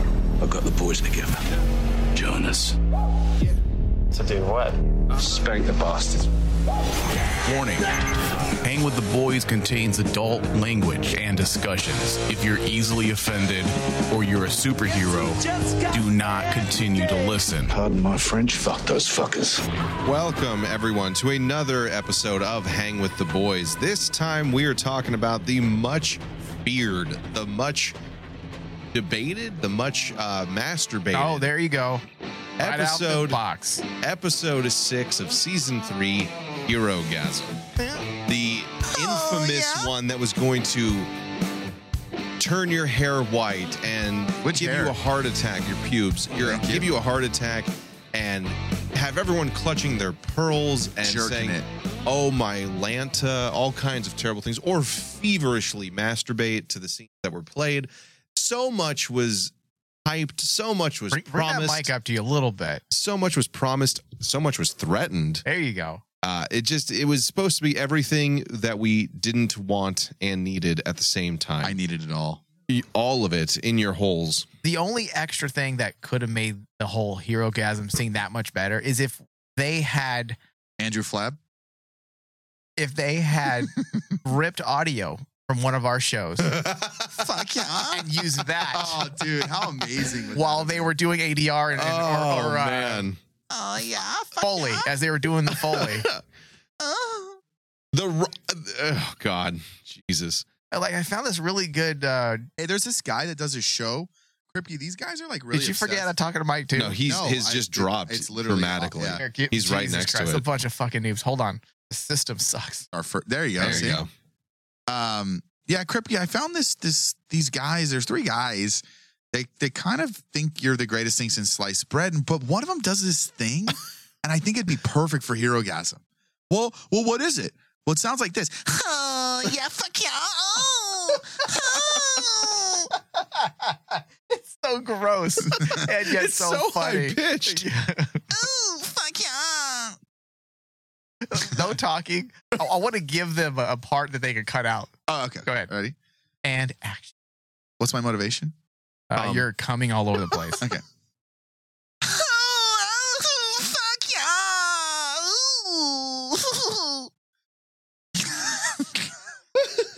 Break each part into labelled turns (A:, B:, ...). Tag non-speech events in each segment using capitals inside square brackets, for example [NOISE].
A: I got the boys together. Jonas.
B: To do what?
A: Spank the bastards.
C: Warning Hang with the Boys contains adult language and discussions. If you're easily offended or you're a superhero, do not continue to listen.
A: Pardon my French. Fuck those fuckers.
D: Welcome, everyone, to another episode of Hang with the Boys. This time we are talking about the much feared, the much debated, the much uh, masturbated
C: Oh, there you go. Right out the
D: Episode-
C: box.
D: episode six of season three, Hero Gasm. The
C: Oh,
D: infamous one that was going to turn your hair white and
C: Which
D: give
C: hair?
D: you a heart attack, your pubes, your, give you a heart attack and have everyone clutching their pearls and
E: Jerking
D: saying,
E: it.
D: oh, my Lanta, all kinds of terrible things, or feverishly masturbate to the scenes that were played. So much was hyped, so much was
C: Bring, bring that
D: promised
C: mic up to you a little bit.
D: so much was promised, so much was threatened.
C: There you go.
D: Uh, it just it was supposed to be everything that we didn't want and needed at the same time.
E: I needed it all.
D: need all of it in your holes.
C: The only extra thing that could have made the whole hero gasm scene that much better is if they had
E: Andrew Flab.
C: if they [LAUGHS] had ripped audio from one of our shows
E: [LAUGHS] Fuck yeah.
C: and used [LAUGHS] that
E: Oh, dude, how amazing. would
C: while
E: that
C: they were doing
D: [LAUGHS]
C: ADR and,
D: Oh,
C: and or, or, uh,
E: Oh, yeah. Fuck
C: Foley
E: yeah.
C: as they were doing the [LAUGHS] Foley.
E: Oh.
D: the ro- oh god, Jesus.
C: I like I found this really good. Uh,
E: Hey, there's this guy that does a show. Kripke, these guys are like really.
C: did you forget I'm
E: obsessed.
C: talking to Mike too?
D: No, he's
E: No,
D: his
E: I-
D: just dropped
E: it's literally
D: dramatically.
E: off, yeah.
C: Here, get-
D: he's right
C: Jesus
D: next to
C: Christ,
D: it.
C: A bunch of fucking noobs. Hold on, the system sucks.
E: Our fir- there you go.
D: There
E: see?
D: you go.
E: Um, yeah, Kripke, I found this this these guys. There's three guys. They they kind of think you're the greatest thing since sliced bread, and- but one of them does this [LAUGHS] thing, and I think it'd be perfect for hero gasm. Well, well, what is it? Well, it sounds like this. [LAUGHS] Oh yeah, fuck yeah. Oh, oh.
C: [LAUGHS] it's so gross
E: [LAUGHS]
C: and yet
D: It's
C: so,
D: so
C: funny.
D: high-pitched.
C: Yeah.
E: Ooh, fuck yeah.
C: [LAUGHS] no talking. I, I want to give them a, a part that they could cut out
E: Oh, okay.
C: Go ahead.
E: Ready?
C: and action.
E: What's my motivation?
C: Uh,
D: Um,
C: you're coming all over the place.
E: [LAUGHS] Okay. Oh, fuck yeah.
C: [LAUGHS]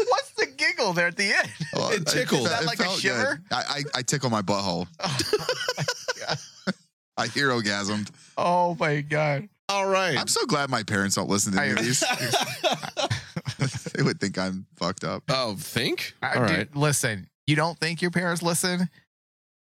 C: What's the giggle there at the
D: [LAUGHS]
C: end?
D: It tickled.
E: Is
C: [LAUGHS] Is that like a shiver?
E: I, I, I tickle my butthole.
C: [LAUGHS] Oh,
E: [LAUGHS] I hero gasmed.
C: oh my god.
D: All right.
E: I'm so glad my parents don't listen to any of
C: [LAUGHS]
E: these. [LAUGHS] they would think I'm fucked up.
D: oh, think?
C: I-
D: All
C: dude,
D: right.
C: Listen, you don't think your parents listen?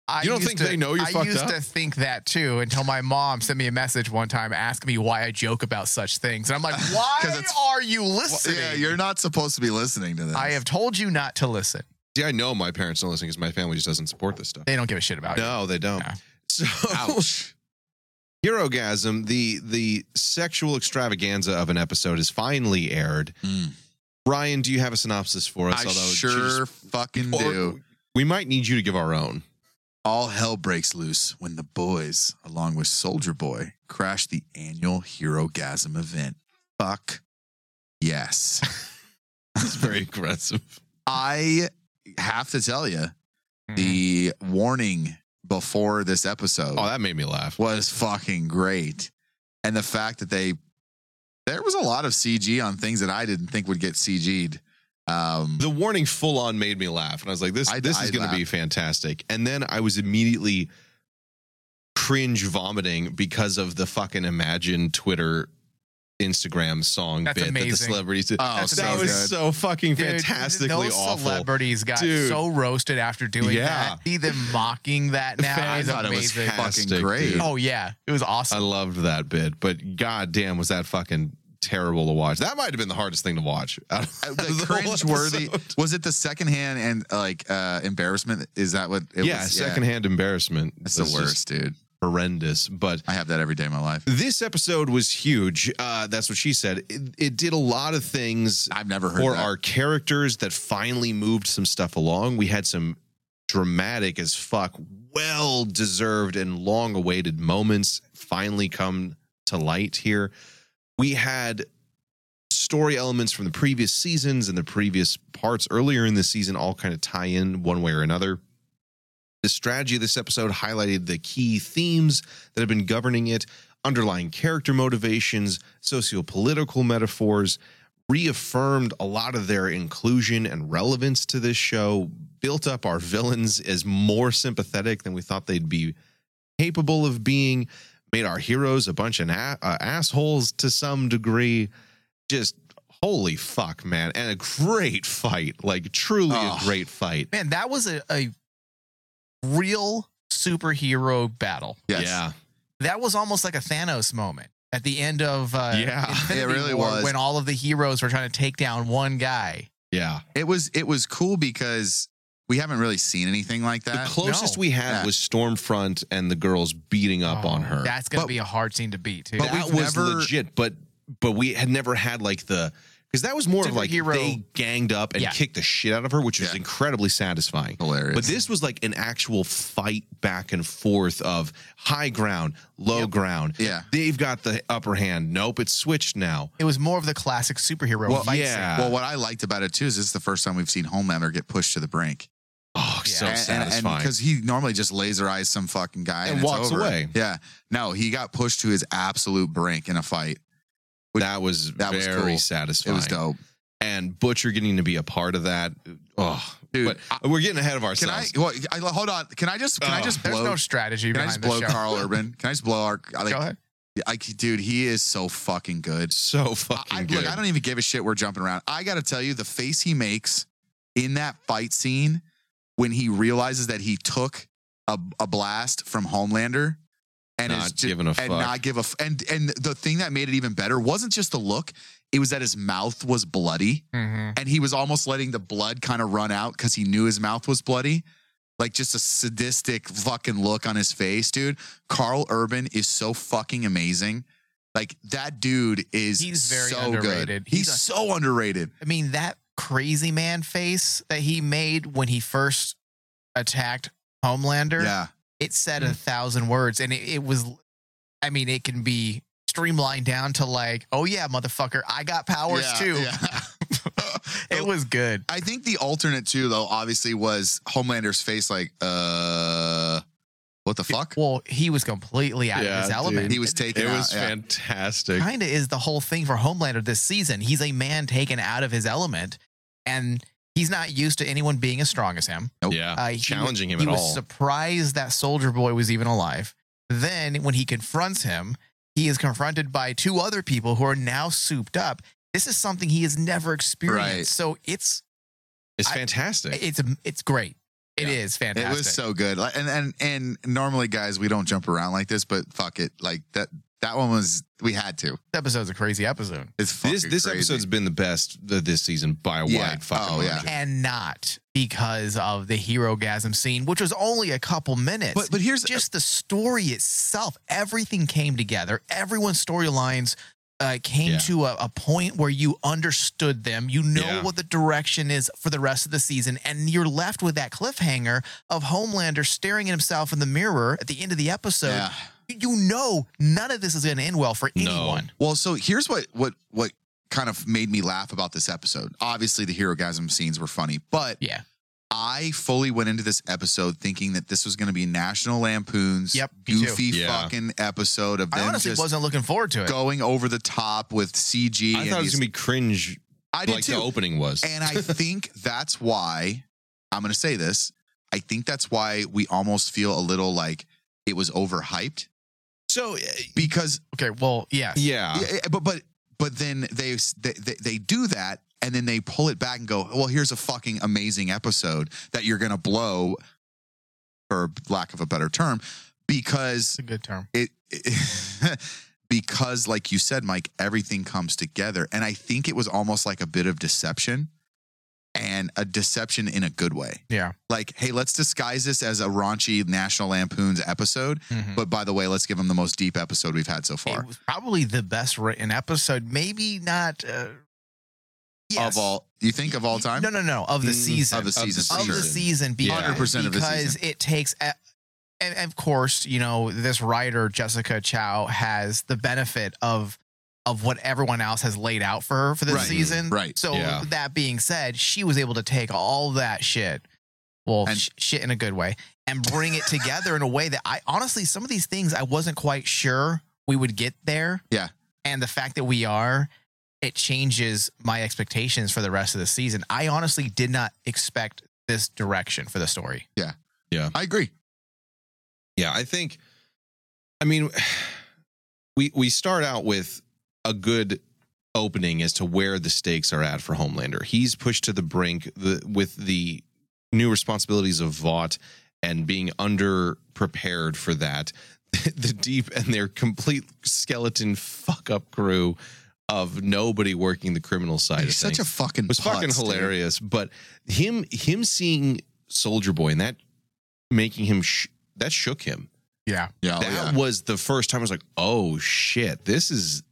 C: I
D: You don't
C: used
D: think they know you're
C: I
D: fucked
C: used
D: up?
C: to think that too until my mom sent me a message one time asking me why I joke about such things. And I'm
D: [LAUGHS]
C: like, why
E: it's-
C: are you listening?
E: Yeah, you're not supposed to be listening to this.
C: I have told you not to listen.
D: See, I know my parents don't listen because my family just doesn't support this stuff.
C: They don't give a shit about you.
D: No, they don't.
C: Yeah.
D: So, [LAUGHS] Herogasm, the the sexual extravaganza of an episode, is finally aired.
E: Mm.
D: Ryan, do you have a synopsis for us?
E: I
D: Although you
E: sure fucking
D: just- or
E: do.
D: we might need you to give our own.
E: All hell breaks loose when the boys, along with Soldier Boy, crash the annual Hero Gasm event. Fuck. Yes.
D: It's [LAUGHS] very aggressive.
E: I have to tell you, the warning before this episode
D: Oh, that made me laugh.
E: was fucking great. And the fact that they, there was a lot of CG on things that I didn't think would get CG'd. Um,
D: The warning full on made me laugh, and I was like, "This
E: I-
D: this
E: I
D: is going to be fantastic." And then I was immediately cringe vomiting because of the fucking imagine Twitter. Instagram song
C: That's
D: bit that the
C: amazing.
D: celebrities did.
E: Oh,
C: That's
D: that
C: amazing.
D: was
E: good.
D: so fucking
C: Dude,
D: fantastically
C: those
D: awful.
C: celebrities got
D: Dude.
C: so roasted after doing
D: Yeah.
C: that. See them mocking that now
D: I
C: is
D: thought it was
C: amazing.
D: fa-
E: fucking
D: fantastic,
E: great.
D: dude.
C: oh yeah, it was
D: I
C: awesome.
D: loved that bit, but goddamn, was that fucking terrible to watch? That might have been the hardest thing to watch. [LAUGHS] Out of
E: Uh,
D: whole
E: the cringe worthy
D: episode.
E: was it the secondhand and like uh embarrassment is that what it
D: yeah,
E: was
D: secondhand embarrassment.
E: that's the
D: was just
E: worst dude
D: horrendous. But
E: i have that every day of my life
D: this episode was huge. Uh, that's what she said. It, it did a lot of things
E: i've never heard
D: for
E: that.
D: our characters that finally moved some stuff along. We had some dramatic as fuck, well deserved and long awaited moments finally come to light here. We had story elements from the previous seasons and the previous parts earlier in the season all kind of tie in one way or another. The strategy of this episode highlighted the key themes that have been governing it, underlying character motivations, sociopolitical metaphors, reaffirmed a lot of their inclusion and relevance to this show, built up our villains as more sympathetic than we thought they'd be capable of being, made our heroes a bunch of na- uh, assholes to some degree. Just holy fuck, man. And a great fight. Like, truly
E: Oh.
D: a great fight.
C: Man, that was a, a real superhero battle.
E: Yes.
D: Yeah.
C: That was almost like a Thanos moment at the end of uh,
D: Yeah.
C: Infinity
E: It really
C: War
E: was.
C: when all of the heroes were trying to take down one guy.
D: Yeah.
E: It was it was cool because we haven't really seen anything like
D: The
E: Uh, that.
D: closest
C: no.
D: we had
E: Yeah.
D: was Stormfront and the girls beating up
C: Oh,
D: on her.
C: That's gonna
E: But-
C: be a hard scene to beat too.
E: but
D: that
E: we've
D: was
E: never-
D: legit, but but we had never had like the because that was more of like
C: Superhero.
D: they ganged up and
C: Yeah.
D: kicked the shit out of her, which was
E: Yeah.
D: incredibly satisfying.
E: Hilarious.
D: But this was like an actual fight back and forth of high ground, low ground.
E: Yeah.
D: They've got the upper hand. Nope, it's switched now.
C: it was more of the classic superhero
E: Well,
C: fight scene.
D: yeah.
E: well, what I liked about it too is this is the first time we've seen Homelander get pushed to the brink.
D: oh, so
C: Yeah.
D: satisfying.
E: Because he normally just laser eyes some fucking guy and,
D: And
E: it's
D: walks
E: over.
D: away.
E: Yeah. No, he got pushed to his absolute brink in a fight.
D: that was
E: that was
D: very
E: cool. It was
D: satisfying.
E: It was dope.
D: And Butcher getting to be a part of that. Oh,
E: Dude,
D: but we're getting ahead of
E: Can
D: ourselves.
E: I, well, I hold on? Can I just can I
D: Oh.
E: just
C: There's
E: Uh, blow
C: no strategy
E: Can I
C: behind
E: just blow
C: the show.
E: Carl [LAUGHS] Urban? Can I just blow our like,
C: Go ahead.
E: like dude, he is so fucking good.
D: so
E: I-
D: fucking
E: I,
D: good.
E: Look, I don't even give a shit. We're jumping around. I got to tell you, the face he makes in that fight scene when he realizes that he took a, a blast from Homelander and
D: Not
E: is ju-
D: giving a
E: and
D: fuck.
E: not give a f- and and the thing that made it even better wasn't just the look. It was that his mouth was bloody
C: Mhm.
E: and he was almost letting the blood kind of run out because he knew his mouth was bloody. Like just a sadistic fucking look on his face, dude. Carl Urban is so fucking amazing. Like that dude is
C: He's very
E: so
C: underrated.
E: Good. He's,
C: He's a-
E: so underrated.
C: I mean, that crazy man face that he made when he first attacked Homelander,
E: Yeah. Mm-hmm.
C: it said a thousand words. And it, it was, I mean, it can be streamlined down to like, oh yeah, motherfucker, I got powers
E: Yeah,
C: too.
E: yeah. [LAUGHS]
C: It was good.
E: I think the alternate too, though, obviously was Homelander's face like, uh what the fuck?
C: Well, he was completely out
D: Yeah,
C: of his
D: dude.
C: element.
E: He was taken
D: It
E: out.
D: was
E: yeah.
D: fantastic.
C: kind of is the whole thing for Homelander this season. He's a man taken out of his element, and he's not used to anyone being as strong as him.
D: Yeah,
C: Uh, he-
D: challenging him
C: he
D: at
C: was
D: all.
C: surprised that Soldier Boy was even alive. Then, when he confronts him, he is confronted by two other people who are now souped up. This is something he has never experienced.
E: Right.
C: So it's
D: it's
C: I-
D: fantastic.
C: it's it's great. It is
E: It
C: fantastic.
E: was so good. Like, And and and normally, guys, we don't jump around like this, but fuck it. Like that that one was we had to.
C: this episode's a crazy episode,
E: It's fucking
D: this this
E: crazy.
D: episode's been the best of this season by a
E: Yeah.
D: wide fucking
E: Oh, yeah.
D: margin.
C: and not because of the hero gasm scene, which was only a couple minutes.
E: But but here's
C: just the story itself, everything came together. Everyone's storylines uh, came
D: Yeah.
C: to a, a point where you understood them. You know
D: Yeah.
C: what the direction is for the rest of the season, and you're left with that cliffhanger of Homelander staring at himself in the mirror at the end of the episode.
E: yeah.
C: You know, none of this is going to end well for
D: No.
C: anyone.
E: Well, so here's what what what kind of made me laugh about this episode. Obviously, the hero gasm scenes were funny, but
C: Yeah.
E: I fully went into this episode thinking that this was going to be National Lampoon's
C: Yep, me too.
E: goofy
D: Yeah.
E: fucking episode of
C: I
E: them
C: honestly
E: just
C: wasn't looking forward to it.
E: going over the top with CG.
D: I
E: and
D: thought it was
E: these-
D: gonna be cringe,
E: I did
D: like
E: too.
D: the opening was.
E: And
D: [LAUGHS]
E: I think that's why I'm going to say this. I think that's why we almost feel a little like it was overhyped
D: so uh, Ah.
E: because,
C: Okay, well, yeah.
D: yeah,
E: yeah, but but but then they, they they- they do that and then they pull it back and go, well, here's a fucking amazing episode that you're going to blow, for lack of a better term, because
C: It's a good term.
E: it, [LAUGHS] it because like you said mike everything comes together and i think it was almost like a bit of deception and a deception in a good way
C: Yeah.
E: like hey let's disguise this as a raunchy national lampoons episode
C: Mhm.
E: but by the way let's give them the most deep episode we've had so far
C: It was probably the best written episode. Maybe not. Uh, yes.
E: of all you think of all time
C: No, no, no. Of the
D: Mm,
C: season.
E: of the season
C: of the
E: sure.
C: season because,
D: Yeah.
E: 100% of the
C: because
E: season.
C: it takes a- and, and of course you know this writer jessica chow has the benefit of of what everyone else has laid out for her for this
E: Right.
C: season
E: Right.
C: so
D: Yeah.
C: that being said she was able to take all that shit well,
E: And-
C: sh- shit in a good way, and bring it together in a way that I honestly, some of these things I wasn't quite sure we would get there.
E: Yeah.
C: And the fact that we are, it changes my expectations for the rest of the season. I honestly did not expect this direction for the story.
E: I agree.
D: Yeah, I think I mean [SIGHS] we we start out with a good opening as to where the stakes are at for Homelander. He's pushed to the brink the, with the new responsibilities of Vought and being underprepared for that. [LAUGHS] the deep and their complete skeleton fuck up crew of nobody working the criminal side
E: He's
D: of things
E: such a fucking
D: was fucking
E: putz, dude.
D: hilarious. But him him seeing Soldier Boy and that making him sh- that shook him.
C: Yeah.
E: Yeah, oh,
D: that
E: yeah.
D: was the first time I was like, oh shit, this is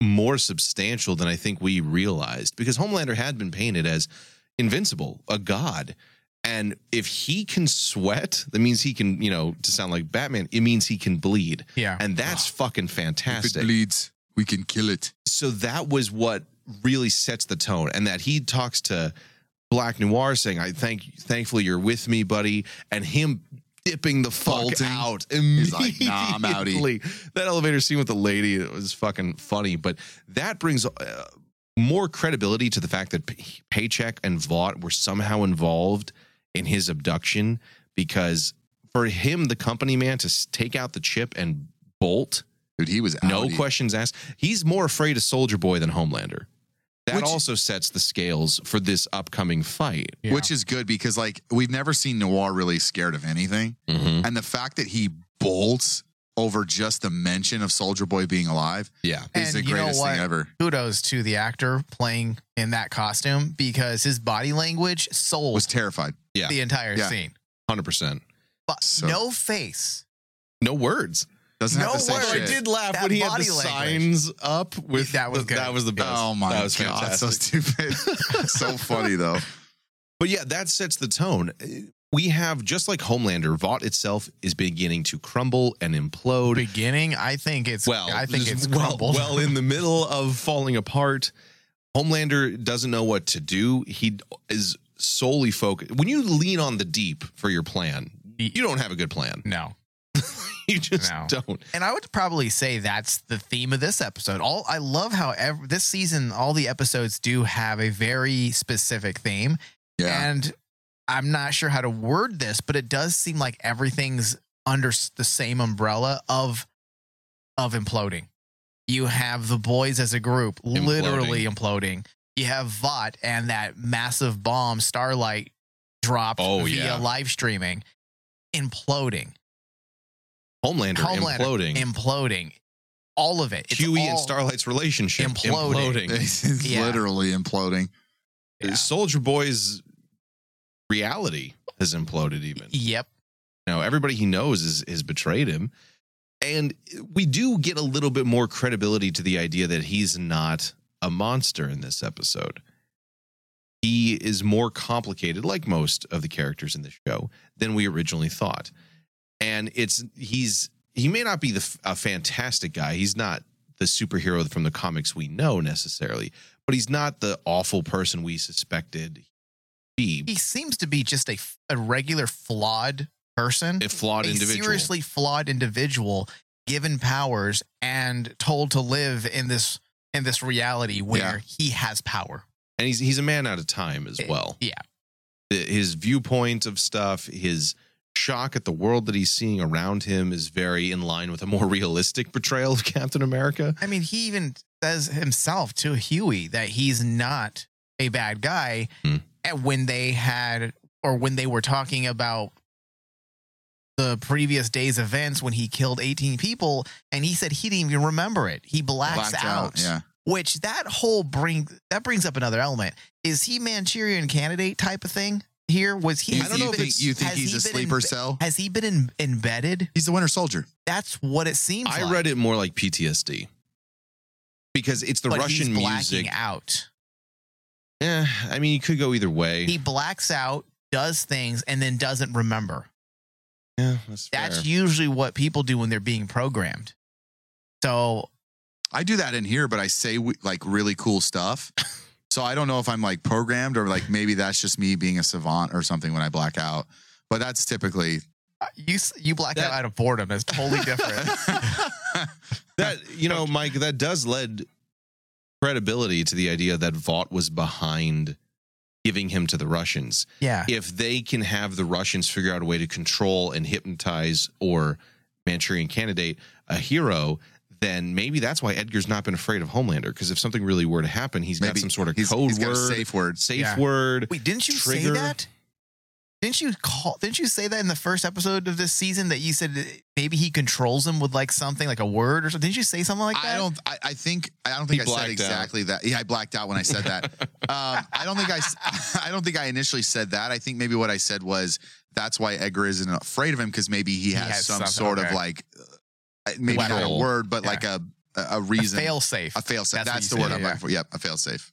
D: more substantial than I think we realized because Homelander had been painted as invincible, a god. And if he can sweat, that means he can, you know, to sound like Batman, it means he can bleed.
C: Yeah.
D: And that's fucking
E: If
D: fantastic
E: it bleeds, we can kill it.
D: so that was what really sets the tone and that he talks to black noir saying i thank thankfully you're with me buddy and him dipping the fuck
E: Bolting.
D: out
E: He's like, "Nah, I'm outie."
D: immediately. that elevator scene with the lady it was fucking funny but that brings uh, more credibility to the fact that P- paycheck and vaught were somehow involved in his abduction because for him the company man to s- take out the chip and bolt
E: Dude, he was
D: no
E: outie.
D: questions asked. He's more afraid of Soldier Boy than Homelander. That
E: Which-
D: also sets the scales for this upcoming fight.
C: Yeah.
E: Which is good because like we've never seen Noir really scared of anything.
C: Mm-hmm.
E: And the fact that he bolts over just the mention of Soldier Boy being alive
D: Yeah.
E: is
C: And
E: the
C: you know
E: greatest
C: what?
E: thing ever.
C: Kudos to the actor playing in that costume because his body language sold
E: Was terrified.
D: yeah.
C: the entire
E: Yeah.
C: scene.
D: 100%.
C: But
E: So-
C: no face.
D: No words.
E: Doesn't have
C: No
E: to say
C: way.
E: shit.
C: Oh, I did
D: laugh
C: That when he had the body language.
D: signs up with
C: That was the- good.
D: that
C: that
D: was the best.
E: Oh my
D: that was
E: god,
D: fantastic.
E: so stupid. [LAUGHS] so funny though.
D: But yeah, that sets the tone. We have just like Homelander, Vought itself is beginning to crumble and implode.
C: beginning, I think it's
D: well,
C: I think
D: just
C: it's
D: well,
C: crumbled.
D: well in the middle of falling apart. Homelander doesn't know what to do. He is solely focused. When you lean on the deep for your plan, you don't have a good plan.
C: [LAUGHS]
D: [LAUGHS]
C: no.
D: You just
C: No.
D: don't.
C: And I would probably say that's the theme of this episode. All I love how ev- this season all the episodes do have a very specific theme
E: Yeah.
C: and I'm not sure how to word this, but it does seem like everything's under s- the same umbrella of of imploding. You have the boys as a group literally imploding. You have Vought and that massive bomb Starlight dropped
D: Oh,
C: via
D: yeah.
C: live streaming imploding.
D: Homelander,
C: Homelander
D: imploding.
C: imploding. All of it. It's
D: Huey
C: all,
D: and Starlight's relationship
E: [LAUGHS]
C: Imploding.
E: It's
C: Yeah.
E: literally imploding.
C: Yeah.
D: Soldier Boy's reality has imploded. Even
C: Yep.
D: Now everybody he knows is has betrayed him. And we do get a little bit more credibility to the idea that he's not a monster in this episode. He is more complicated, like most of the characters in this show, than we originally thought. And it's he's he may not be the f- a fantastic guy. He's not the superhero from the comics we know necessarily, but he's not the awful person we suspected he'd be.
C: He seems to be just a, a regular flawed person.
D: A flawed
C: a
D: individual.
C: seriously flawed individual given powers and told to live in this in this reality where he has power.
D: and he's he's a man out of time
C: Eh,
D: as well.
C: Yeah.
D: His viewpoint of stuff, his shock at the world that he's seeing around him is very in line with a more [LAUGHS] realistic portrayal of Captain America.
C: I mean, he even says himself to Huey that he's not a bad guy.
D: Hmm.
C: And when they had, or when they were talking about the previous day's events when he killed 18 people, and he said he didn't even remember it. He blacks
E: Blacked
C: out.
E: Yeah.
C: Which that whole bring that brings up another element. Is he Manchurian candidate type of thing here? Was he?
E: You,
C: has he
E: you
C: been-
E: think, you think
C: has
E: he's
C: he
E: a
C: been
E: sleeper
C: embe-
E: cell?
C: Has he been in, embedded?
E: He's the winter soldier.
C: That's what it seems.
D: I
C: like.
D: read it more like PTSD because it's the
C: but
D: Russian
C: he's blacking
D: music.
C: out.
D: Eh, I mean, you could go either way.
C: he blacks out, does things, and then doesn't remember.
D: yeah, that's,
C: That's
D: fair.
C: usually what people do when they're being programmed. So
E: I do that in here, but I say we, like really cool stuff. So I don't know if I'm like programmed or like maybe that's just me being a savant or something when I black out. But that's typically
C: Uh, You s- you black
D: That-
C: out out of boredom is totally different.
D: that you know, Mike, that does lend credibility to the idea that Vought was behind giving him to the Russians.
C: yeah.
D: If they can have the Russians figure out a way to control and hypnotize or Manchurian candidate a hero, then maybe that's why Edgar's not been afraid of Homelander. Because if something really were to happen, he's got
E: Maybe
D: some sort of
E: he's-
D: code
E: he's got a
D: word,
E: safe word.
D: safe
C: Yeah.
D: word. [LAUGHS]
C: Wait, didn't you say
D: Trigger.
C: that? Didn't you call? Didn't you say that in the first episode of this season that you said that maybe he controls him with like something like a word or something? Didn't you say something like that?
E: I don't. I, I think. I don't think I
D: blacked
E: said
D: out.
E: exactly that. Yeah, I blacked out when I
D: [LAUGHS]
E: said that. um, I don't think I. s- [LAUGHS] I don't think I initially said that. I think maybe what I said was that's why Edgar isn't afraid of him because maybe he has,
C: has
E: some
C: something,
E: sort of
C: okay.
E: like uh, maybe not a
D: Weapon.
E: word, but like a a a reason.
C: fail safe.
E: A fail safe.
C: That's what
E: That's,
C: you
E: the word
C: said,
E: I'm
C: yeah.
E: looking for. Yep, a fail safe.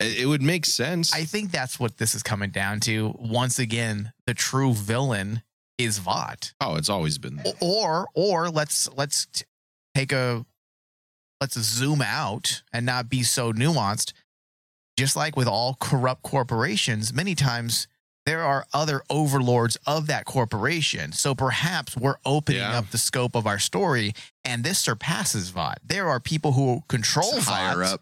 D: It, it would make sense.
C: I think that's what this is coming down to. Once again, the true villain is Vought.
D: oh, it's always been that.
C: or or let's let's t- take a let's zoom out and not be so nuanced just like with all corrupt corporations many times there are other overlords of that corporation so perhaps we're opening
D: Yeah.
C: up the scope of our story and this surpasses vot there are people who control
E: It's higher
C: VOD,
E: up.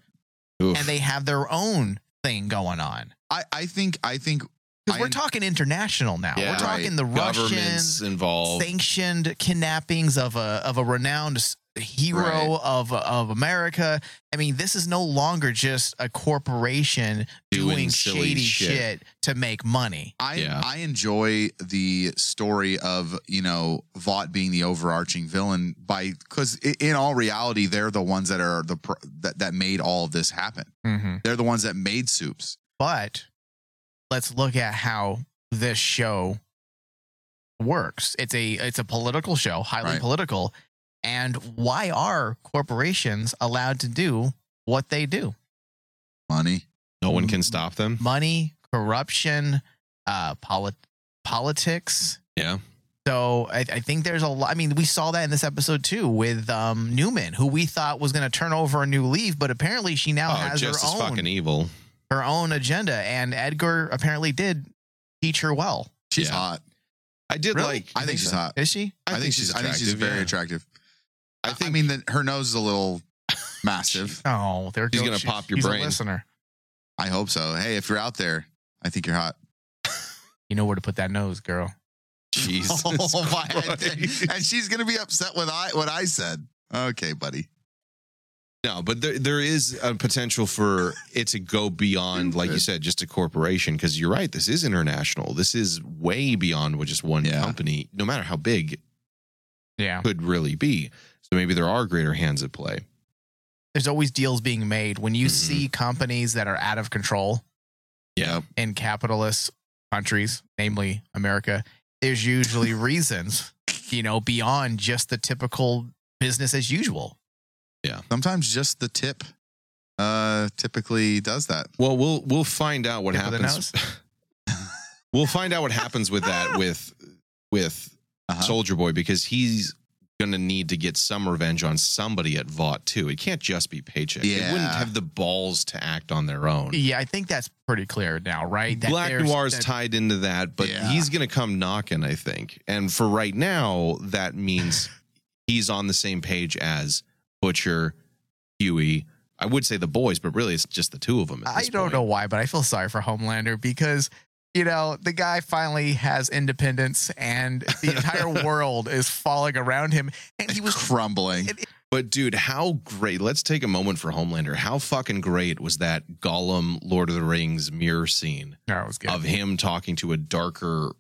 D: Oof.
C: and they have their own thing going on
E: I I think. I think.
C: because
E: I-
C: we're talking international now
D: Yeah,
C: we're talking
E: right.
C: the russians
D: governments involved.
C: sanctioned kidnappings of a of a renowned s- hero
E: Right.
C: of of America. I mean, this is no longer just a corporation
D: Doing
C: doing,
D: silly
C: shady
D: shit.
C: shit. to make money.
E: I
D: Yeah.
E: I enjoy the story of you know Vought being the overarching villain by because in all reality they're the ones that are the pr- that that made all of this happen. They're the ones that made soups.
C: But let's look at how this show works. It's a it's a political show, highly
E: Right.
C: political. And why are corporations allowed to do what they do?
E: Money.
D: no one can stop them.
C: money, corruption, uh, polit- politics.
D: Yeah.
C: So I, I think there's a lot. I mean, we saw that in this episode too with um, Newman, who we thought was going to turn over a new leaf, but apparently she now
D: Oh,
C: has her
D: just as fucking
C: own
D: evil.
C: her own agenda. And Edgar apparently did teach her well.
E: She's
D: Yeah.
E: hot.
D: I did
C: Really?
D: like.
E: I think she's [LAUGHS] hot.
C: Is she?
E: I, think, she's. I think she's very
D: yeah.
E: attractive. I,
D: I
E: I
D: think
E: mean, the, her nose is a little [LAUGHS] massive.
C: Oh, there
D: She's
C: goes-
D: gonna pop your
C: she's
D: brain.
C: A listener,
E: I hope so. Hey, if you're out there, I think you're hot.
C: you know where to put that nose, girl.
D: Jesus.
E: [LAUGHS] Oh, my-
D: Christ.
E: and she's gonna be upset with I what I said. Okay, buddy.
D: No, but there there is a potential for it to go beyond, like you said, just a corporation. Because you're right, this is international. This is way beyond what just one
E: Yeah.
D: company, no matter how big,
C: Yeah.
D: could really be. So maybe there are greater hands at play.
C: There's always deals being made when you
D: Mhm.
C: see companies that are out of control.
D: Yeah,
C: in capitalist countries, namely America, there's
D: [LAUGHS]
C: usually reasons, you know, beyond just the typical business as usual.
E: Sometimes just the tip uh typically does that.
D: Well, we'll we'll find out what
C: Tip of the
D: happens. [LAUGHS]
E: [LAUGHS]
D: we'll find out what happens with that with with
E: Ah! Uh-huh.
D: Soldier Boy because he's gonna need to get some revenge on somebody at Vought too. It can't just be paycheck. They wouldn't
E: Yeah.
D: have the balls to act on their own.
C: Yeah, I think that's pretty clear now, right? That
D: Black
C: there's-
D: Noir's
C: that-
D: tied into that, but
E: Yeah.
D: he's gonna come knocking, I think. And for right now,
C: [LAUGHS]
D: that means he's on the same page as Butcher, Huey. I would say the boys, but really it's just the two of them. at
C: I
D: this
C: don't
D: point.
C: know why, but I feel sorry for Homelander because you know the guy finally has independence, and the entire
D: [LAUGHS]
C: world is falling around him, and he was
E: crumbling.
D: But dude, how great! Let's take a moment for Homelander. How fucking great was that Gollum Lord of the Rings mirror scene
C: no, it was good.
D: of him talking to a darker,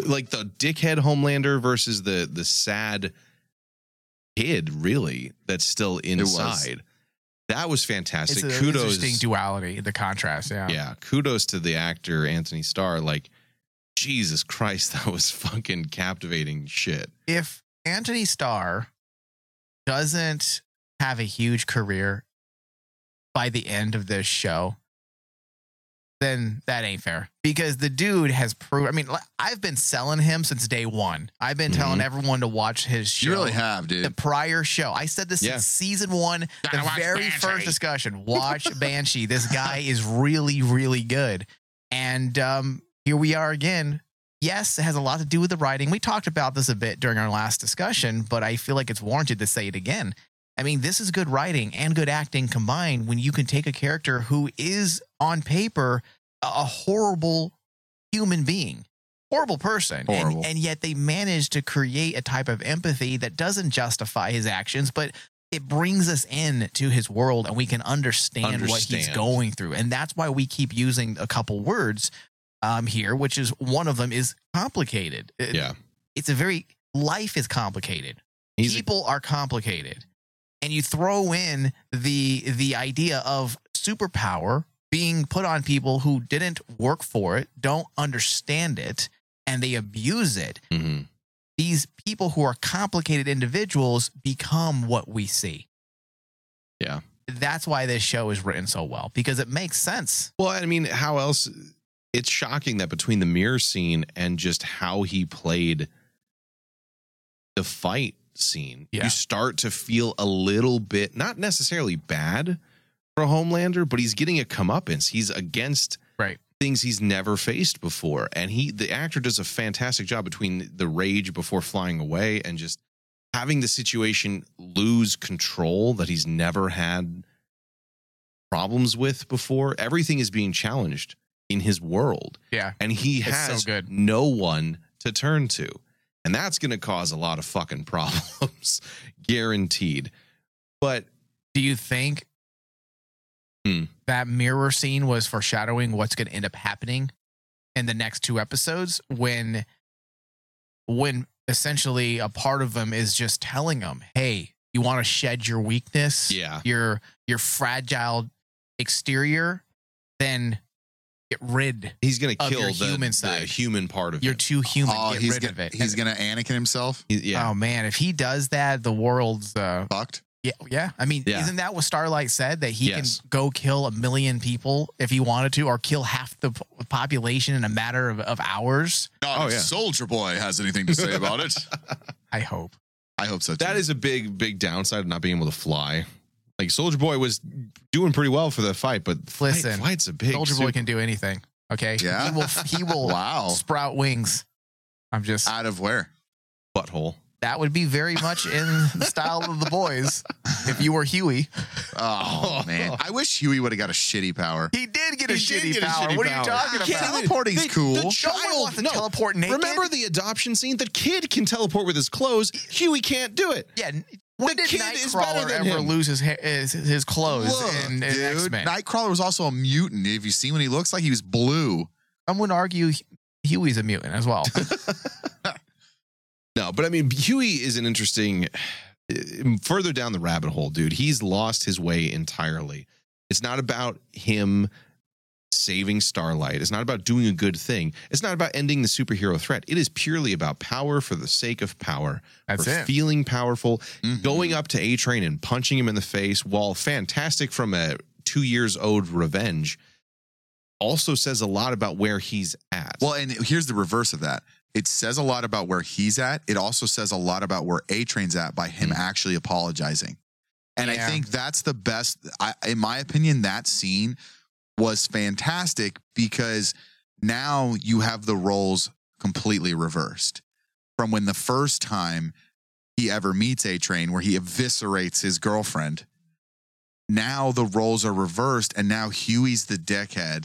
D: like the dickhead Homelander versus the the sad kid, really that's still
E: was.
D: inside. That was fantastic.
C: It's an interesting
D: Kudos,
C: duality, the contrast. Yeah,
D: yeah, kudos to the actor Anthony Starr. Like, Jesus Christ, [LAUGHS] that was fucking captivating shit.
C: if Anthony Starr doesn't have a huge career by the end of this show, then that ain't fair because the dude has proved. I mean, li- I've been selling him since day one. I've been telling everyone to watch his show.
E: Mm-hmm. You really have, dude.
C: The prior show, I said this
D: Yeah.
C: in season one,
F: Gotta
C: the
F: watch
C: very
F: Banshee. [LAUGHS]
C: first discussion. Watch Banshee. This guy is really, really good. And um, here we are again. Yes, it has a lot to do with the writing. We talked about this a bit during our last discussion, but I feel like it's warranted to say it again. I mean, this is good writing and good acting combined when you can take a character who is on paper a a horrible human being, horrible person, and-
E: Horrible.
C: And, yet they manage to create a type of empathy that doesn't justify his actions, but it brings us in to his world and we can understand, what he's
D: Understand.
C: going through. And that's why we keep using a couple words um, here, which is one of them is complicated. It-
D: Yeah.
C: It's a very life is complicated
D: He's a-
C: people are complicated and you throw in the the idea of superpower being put on people who didn't work for it don't understand it and they abuse it
D: Mhm.
C: these people who are complicated individuals become what we see
D: Yeah.
C: that's why this show is written so well because it makes sense
D: Well, I mean, how else? It's shocking that between the mirror scene and just how he played the fight scene,
C: Yeah.
D: you start to feel a little bit, not necessarily bad for Homelander, but he's getting a comeuppance. He's against
C: Right.
D: things he's never faced before, and he, the actor, does a fantastic job between the rage before flying away and just having the situation lose control that he's never had problems with before. Everything is being challenged in his world.
C: Yeah.
D: And he
C: It's so
D: has
C: good.
D: no one to turn to. And that's going to cause a lot of fucking [LAUGHS] problems, guaranteed. But
C: do you think
D: Hmm.
C: that mirror scene was foreshadowing what's going to end up happening in the next two episodes when when essentially a part of them is just telling them hey you want to shed your weakness
D: yeah,
C: your your fragile exterior then get rid
D: he's going to
C: Of
D: kill
C: your
D: the
C: human
D: the
C: side.
D: human part of
C: you're
D: him.
C: too human
E: oh,
C: get
E: he's
C: rid
E: gonna
C: of it
E: he's gonna Anakin himself.
D: He- yeah.
C: oh man if he does that the world's uh
E: Fucked.
C: Yeah, yeah. I mean,
D: Yeah.
C: isn't that what Starlight said that he
D: Yes.
C: can go kill a million people if he wanted to, or kill half the p- population in a matter of, of hours?
E: Not
D: Oh,
E: if
D: yeah.
E: Soldier Boy has anything to say about [LAUGHS] it.
C: I hope.
E: I hope so. Too.
D: That is a big, big downside of not being able to fly. Like Soldier Boy was doing pretty well for the fight, but flight,
C: Listen,
D: flight's a big
C: Soldier Boy can do anything. Okay.
E: Yeah?
C: He will. He will
E: wow.
C: sprout wings. I'm just.
E: Out of where?
D: butthole.
C: that would be very much in the style of the boys. If you were Huey,
E: Oh, man, I wish Huey would have got a shitty power.
C: he did get a,
D: He did
C: shitty,
D: get a
C: power.
D: shitty
C: What are
D: power.
C: you talking
D: He can't
C: about?
D: even-
E: Teleporting's
D: the-
E: cool.
D: the
C: No one
D: child-
C: wants to
D: no.
C: teleport naked.
D: Remember the adoption scene? The kid can teleport with his clothes. Huey can't do it.
C: yeah. n- When
D: the
C: did
D: kid is
C: Nightcrawler
D: better than
C: ever
D: him.
C: lose his ha- his, his clothes in, in X Men?
E: Nightcrawler was also a mutant. Have you seen what he looks like? He was blue.
C: Some would argue Huey's a mutant as
E: [LAUGHS]
C: well.
D: No, but I mean, Huey is an interesting uh, um, further down the rabbit hole, dude. He's lost his way entirely. It's not about him saving Starlight. It's not about doing a good thing. It's not about ending the superhero threat. It is purely about power for the sake of power.
C: That's
D: for
C: it.
D: Feeling powerful,
E: Mhm.
D: going up to A Train and punching him in the face, while fantastic from a two years old revenge, also says a lot about where he's at.
E: Well, and here's the reverse of that. It says a lot about where he's at. It also says a lot about where A Train's at by him actually apologizing. And
C: Yeah.
E: I think that's the best. I, in my opinion, that scene was fantastic because now you have the roles completely reversed from when the first time he ever meets A Train, where he eviscerates his girlfriend. Now the roles are reversed, and now Huey's the dickhead,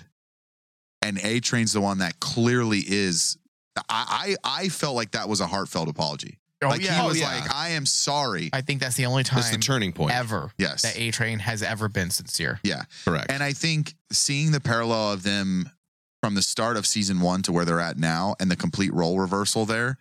E: and A Train's the one that clearly is. I, I I felt like that was a heartfelt apology.
C: Oh,
E: like
C: yeah.
E: he
D: Oh,
E: was
D: yeah.
E: like, "I am sorry."
C: I think that's the only
D: that's the
C: time
D: turning point.
C: ever
E: yes,
C: that A Train has ever been sincere.
D: Correct.
E: And I think seeing the parallel of them from the start of season one to where they're at now and the complete role reversal there,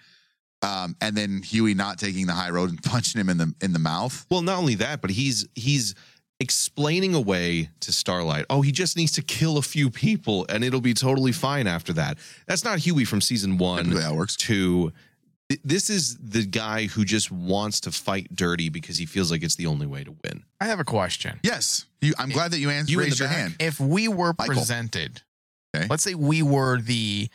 E: um, and then Huey not taking the high road and [LAUGHS] punching him in the in the mouth.
D: Well, not only that, but he's he's explaining away to Starlight. Oh, he just needs to kill a few people, and it'll be totally fine after that. That's not Huey from season
E: Typically
D: one
E: that works.
D: to. th- This is the guy who just wants to fight dirty because he feels like it's the only way to win.
C: I have a question.
E: Yes, you, I'm glad that you answered.
D: You in
E: raised
D: the
E: your
D: back?
E: hand.
C: If we were
E: Michael.
C: presented
E: Okay.
C: Let's say we were the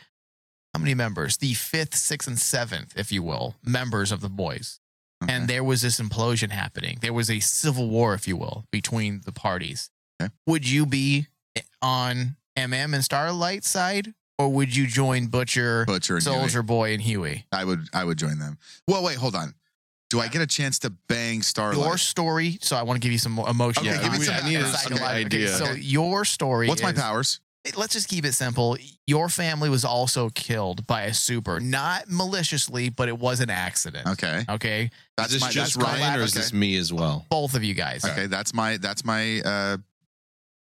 C: how many members? The fifth, sixth, and seventh, if you will, members of the boys. And there was this implosion happening. There was a civil war, if you will, between the parties.
E: Okay.
C: Would you be on MM and Starlight side, or would you join Butcher,
E: Butcher and Huey.
C: Soldier Boy, and Huey?
E: I would I would join them. Well, wait, hold on. Do I get a chance to bang Starlight?
C: Your story. So I want to give you some more emotion.
E: Okay,
C: and
E: give me some-
C: context
E: I need
C: and
E: a-
C: psychological-
E: okay,
D: idea.
C: So
E: Okay.
C: your story.
E: What's my
C: is-
E: powers?
C: let's just keep it simple. Your family was also killed by a super, not maliciously, but it was an accident.
E: Okay.
C: Okay.
E: That's
D: is this
E: my
D: just
E: that's my-
D: Ryan or is
E: okay.
D: this me as well?
C: Both of you guys.
E: Okay, that's my that's my uh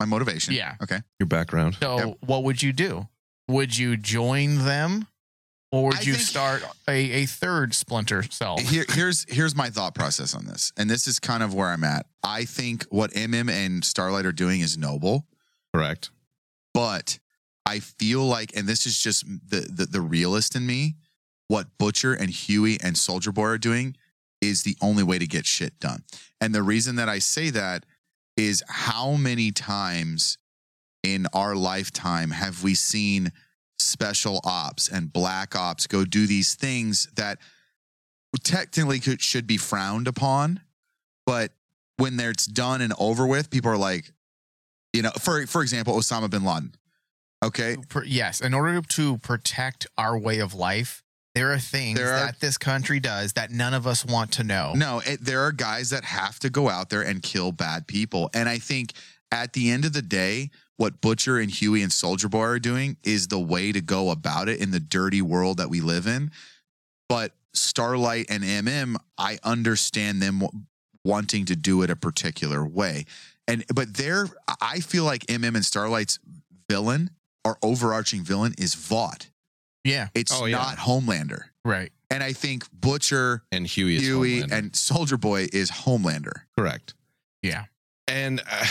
E: my motivation.
C: Yeah.
E: Okay.
D: Your background.
C: So
E: Yep.
C: what would you do? Would you join them or would
E: I
C: you
E: think-
C: start a, a third splinter cell?
E: Here, here's here's my thought process on this, and this is kind of where I'm at. I think what MM and Starlight are doing is noble,
D: Correct.
E: but I feel like, and this is just the the, the realist in me, what Butcher and Huey and Soldier Boy are doing is the only way to get shit done. And the reason that I say that is how many times in our lifetime have we seen special ops and black ops go do these things that technically could, should be frowned upon, but when they're- it's done and over with, people are like, you know, for for example, Osama bin Laden. Okay,
C: pr- yes, in order to protect our way of life, there are things
E: There are-
C: that this country does that none of us want to know.
E: No, it, there are guys that have to go out there and kill bad people. And I think at the end of the day, what Butcher and Huey and Soldier Boy are doing is the way to go about it in the dirty world that we live in. But Starlight and MM, I understand them w- wanting to do it a particular way. And but there, I feel like MM and Starlight's villain, our overarching villain, is Vaught.
C: Yeah.
E: It's
D: Oh, yeah.
E: not Homelander.
C: Right.
E: And I think Butcher
D: And Huey is
E: Huey
D: Homelander.
E: and Soldier Boy is Homelander.
D: correct.
C: Yeah.
D: And uh,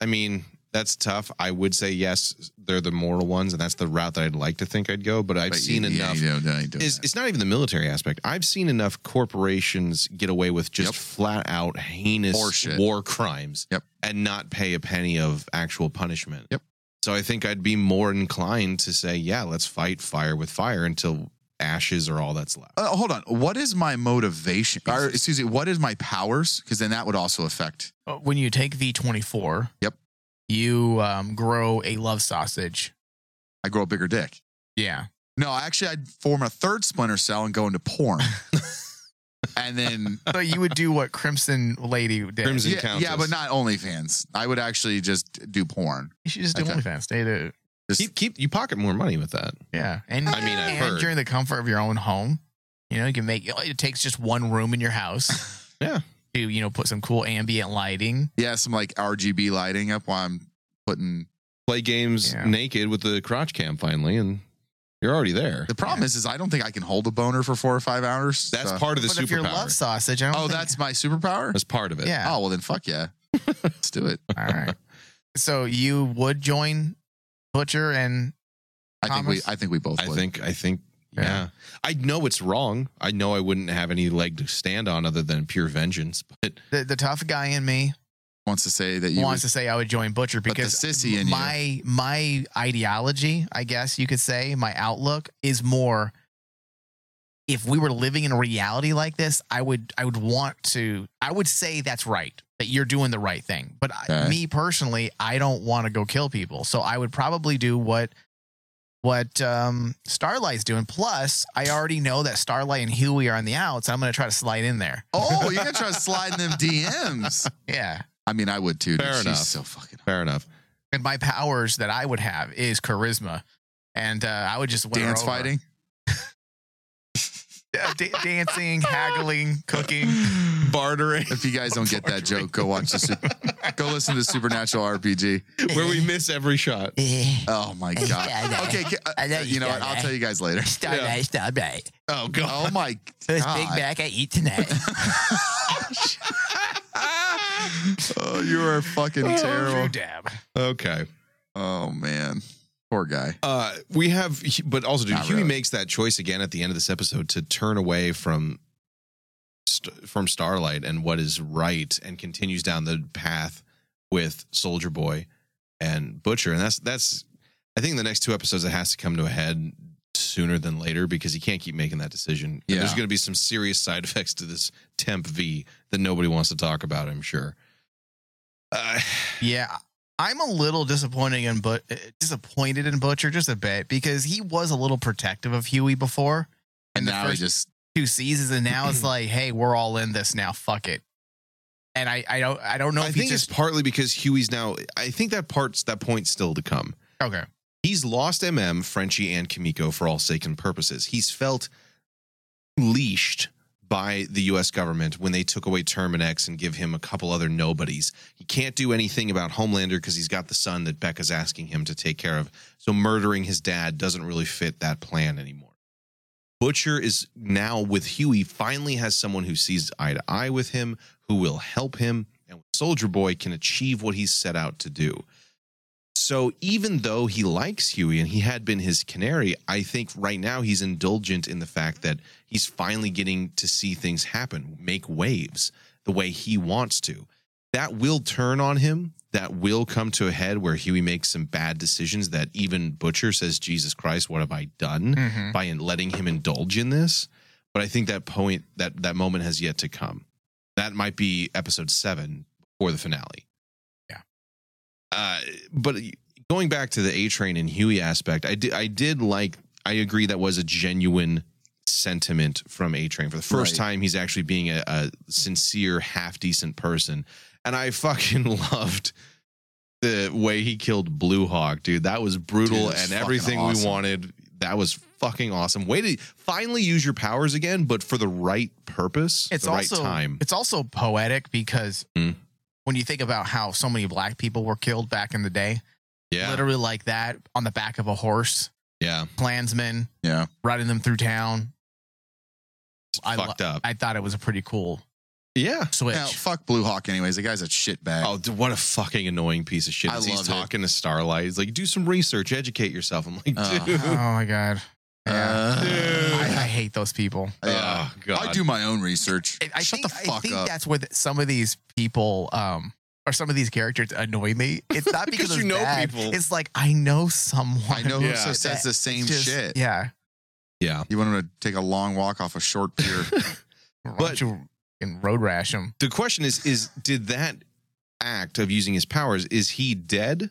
D: I mean, that's tough. I would say yes, they're the moral ones, and that's the route that I'd like to think I've go. But I've
E: But
D: seen
E: you- yeah,
D: enough.
E: you don't- you don't
D: It's,
E: do
D: it's not even the military aspect. I've seen enough corporations get away with just
E: Yep.
D: flat out heinous
E: Horseshit.
D: war crimes
E: Yep.
D: and not pay a penny of actual punishment.
E: Yep.
D: So I think I'd be more inclined to say, yeah, let's fight fire with fire until ashes are all that's left.
E: that. Uh, hold on. What is my motivation? Or, excuse me. What is my powers? Because then that would also affect.
C: Uh, when you take V24,
E: Yep.
C: you um, grow a love sausage.
E: I grow a bigger dick.
C: Yeah.
E: No, actually, I'd form a third splinter cell and go
D: [LAUGHS]
E: into porn. and then
C: So you would do what Crimson Lady did.
D: Crimson
E: yeah,
D: Countess.
E: yeah, but not OnlyFans. I would actually just do porn.
C: You should just do
E: Okay.
C: OnlyFans. They do.
E: Just,
D: keep, keep you pocket more money with that.
C: Yeah. And
D: I mean, I've
C: and
D: heard.
C: during the comfort of your own home, you know, you can make it takes just one room in your house.
D: [LAUGHS] Yeah.
C: To, you know, put some cool ambient lighting.
E: yeah, some like RGB lighting up while I'm putting.
D: Play games
C: Yeah.
D: naked with the crotch cam finally, and you're already there.
E: The problem is, is I don't think I can hold a boner for four or five hours.
D: That's
E: so-
D: part of the
C: But if you're
D: superpower.
C: love sausage, I don't
E: Oh,
C: think-
E: that's my superpower.
D: That's part of it.
C: yeah.
E: Oh well, then
D: [LAUGHS]
E: fuck yeah, let's do it.
C: [LAUGHS] All right. So you would join Butcher and
E: I think we
C: Thomas?
E: I think we both
D: I
E: would.
D: think I think yeah.
C: Yeah.
D: I know it's wrong. I know I wouldn't have any leg to stand on other than pure vengeance, [LAUGHS] but
C: the, the tough guy in me
E: wants to say that you
C: wants
E: would-
C: to say I would join Butcher
E: But the
C: because
E: sissy in you-
C: my my ideology, I guess you could say, my outlook is more. If we were living in a reality like this, I would I would want to I would say that's right that you're doing the right thing. But I,
E: Okay.
C: me personally, I don't want to go kill people, so I would probably do what what um, Starlight's doing. Plus, I already know that Starlight and Huey are on the outs. I'm going to try to slide in there.
G: [LAUGHS]
E: Oh, you're gonna try sliding them DMs.
C: Yeah.
E: I mean, I would too. dude.
D: Fair
E: She's
D: enough.
E: so fucking
D: fair enough.
C: and my powers that I would have is charisma, and uh, I would just win her
E: dance
C: over.
E: fighting.
C: [LAUGHS] Yeah, da- dancing,
E: [LAUGHS]
C: haggling, cooking.
D: Bartering
E: If you guys don't get that joke, go watch the super,
D: [LAUGHS]
E: go listen to Supernatural RPG.
D: where
C: [LAUGHS]
D: we miss every shot.
G: Eh,
E: Oh my
G: I know.
E: god. Okay, ca-
G: I know
E: uh,
G: you
E: you know what?
G: got
E: I'll
G: that.
E: tell you guys later.
G: Stop
D: Yeah.
G: that, stop that.
E: Oh god. Oh my
G: First [LAUGHS] Big
E: god.
G: Mac I
E: [LAUGHS]
G: eat tonight.
E: Oh, you are
G: [LAUGHS]
E: fucking
C: Drew
E: terrible.
C: dab.
D: Okay.
E: Oh man, poor guy.
D: Uh we have but also dude,
E: Not
D: Huey
E: really.
D: makes that choice again at the end of this episode to turn away from st- from Starlight and what is right and continues down the path with Soldier Boy and Butcher and that's that's I think the next two episodes it has to come to a head sooner than later because he can't keep making that decision. And
E: Yeah.
D: there's going to be some serious side [LAUGHS] effects to this temp V that nobody wants to talk about. I'm sure. Uh,
C: Yeah, I'm a little disappointed in but uh, disappointed in Butcher just a bit because he was a little protective of Huey before
E: And
C: the
E: now he
C: first-
E: just
C: two seasons, and now
E: [CLEARS THROAT]
C: it's like, hey, we're all in this now. Fuck it. And I, I don't I don't know
D: I
C: if
D: think
C: he just
D: it's partly because Huey's now. I think that part's that point's still to come.
C: okay.
D: He's lost MM, Frenchie, and Kimiko for all sake and purposes. He's felt leashed by the US government when they took away Terminex and give him a couple other nobodies. He can't do anything about Homelander because he's got the son that Becca's asking him to take care of. So murdering his dad doesn't really fit that plan anymore. Butcher is now with Huey, finally has someone who sees eye to eye with him, who will help him, and Soldier Boy can achieve what he's set out to do. So even though he likes Huey and he had been his canary, I think right now he's indulgent in the fact that he's finally getting to see things happen, make waves the way he wants to. That will turn on him. That will come to a head where Huey makes some bad decisions that even Butcher says, Jesus Christ, what have I done
E: Mm-hmm.
C: Mhm.
D: by in letting him indulge in this? But I think that point, that, that moment has yet to come. That might be episode seven before the finale.
C: Yeah.
D: Uh, but going back to the A Train and Huey aspect, I did I did like I agree that was a genuine sentiment from A Train for the first
E: Right.
D: time. He's actually being a, a sincere, half decent person, and I [LAUGHS] fucking loved the way he killed Blue Hawk, dude. That was brutal
E: Dude, that's
D: and
E: fucking
D: everything we
E: awesome.
D: wanted. That was fucking awesome. Way to finally use your powers again, but for the right purpose,
C: It's
D: the
C: also
D: right time.
C: it's also poetic because
E: Hmm.
D: Mm.
C: when you think about how so many black people were killed back in the day,
D: Yeah,
C: literally like that on the back of a horse,
D: yeah,
C: Klansmen
E: yeah.
C: riding them through town.
D: It's
C: I lo-
D: fucked up.
C: I thought it was a pretty cool
D: yeah.
C: switch.
E: Now, fuck Blue Hawk. Anyways, the guy's a shitbag.
D: Oh, dude, what a fucking annoying piece of shit.
E: I
D: As he's
E: love it.
D: talking to Starlight. He's like, do some research, educate yourself. I'm like,
E: Uh,
D: dude.
C: oh my god. Yeah. I, I
E: Uh,
C: hate those people.
E: yeah.
D: Oh, God.
E: I do my own research.
C: I- I
E: Shut
C: think,
E: the fuck
C: I think
E: up.
C: that's what some of these people um or some of these characters annoy me. It's
E: [LAUGHS]
C: not because,
D: Because you
C: it's
D: know
C: bad.
D: people.
C: It's like I know someone.
E: I know who
D: Yeah.
E: also says the same
C: Just-
E: shit.
C: Yeah.
D: Yeah.
E: You want him to take a long walk off a short pier.
C: But you can road rash them.
D: The question is, is did that act of using his powers, is he dead?